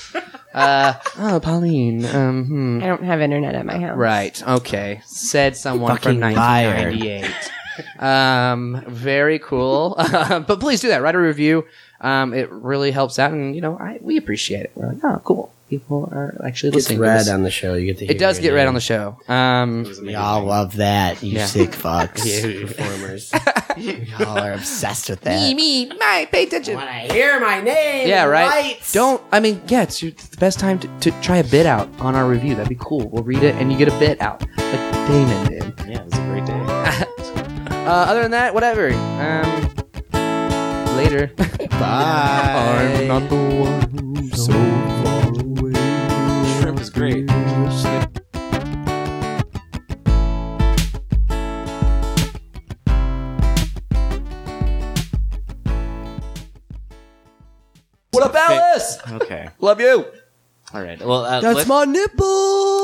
Uh, (laughs) oh, Pauline. Um, hmm. I don't have internet at my house. Right. Okay. Said someone from Fucking liar. 1998. um, very cool. (laughs) but please do that. Write a review. Um, it really helps out, and you know, I, we appreciate it. We're like, oh, cool. People are actually It's listening. to red this. on the show. You get to. Hear It does your get read name. on the show. Um, Y'all love that. You Yeah. (laughs) sick fucks. performers. (laughs) Y'all are obsessed with that. me, my, pay attention. When I hear my name, Yeah, right. lights. Don't. I mean, yeah, it's your- the best time to, to try a bit out on our review. That'd be cool. We'll read it, and you get a bit out, like Damon did. Yeah, it was a great day. (laughs) Uh, other than that, whatever. Um, (laughs) later. (laughs) Bye. I'm not the one who's so far away. Shrimp is great. What up, Alice? Okay. Love you. All right. Well, uh, That's let's- my nipple.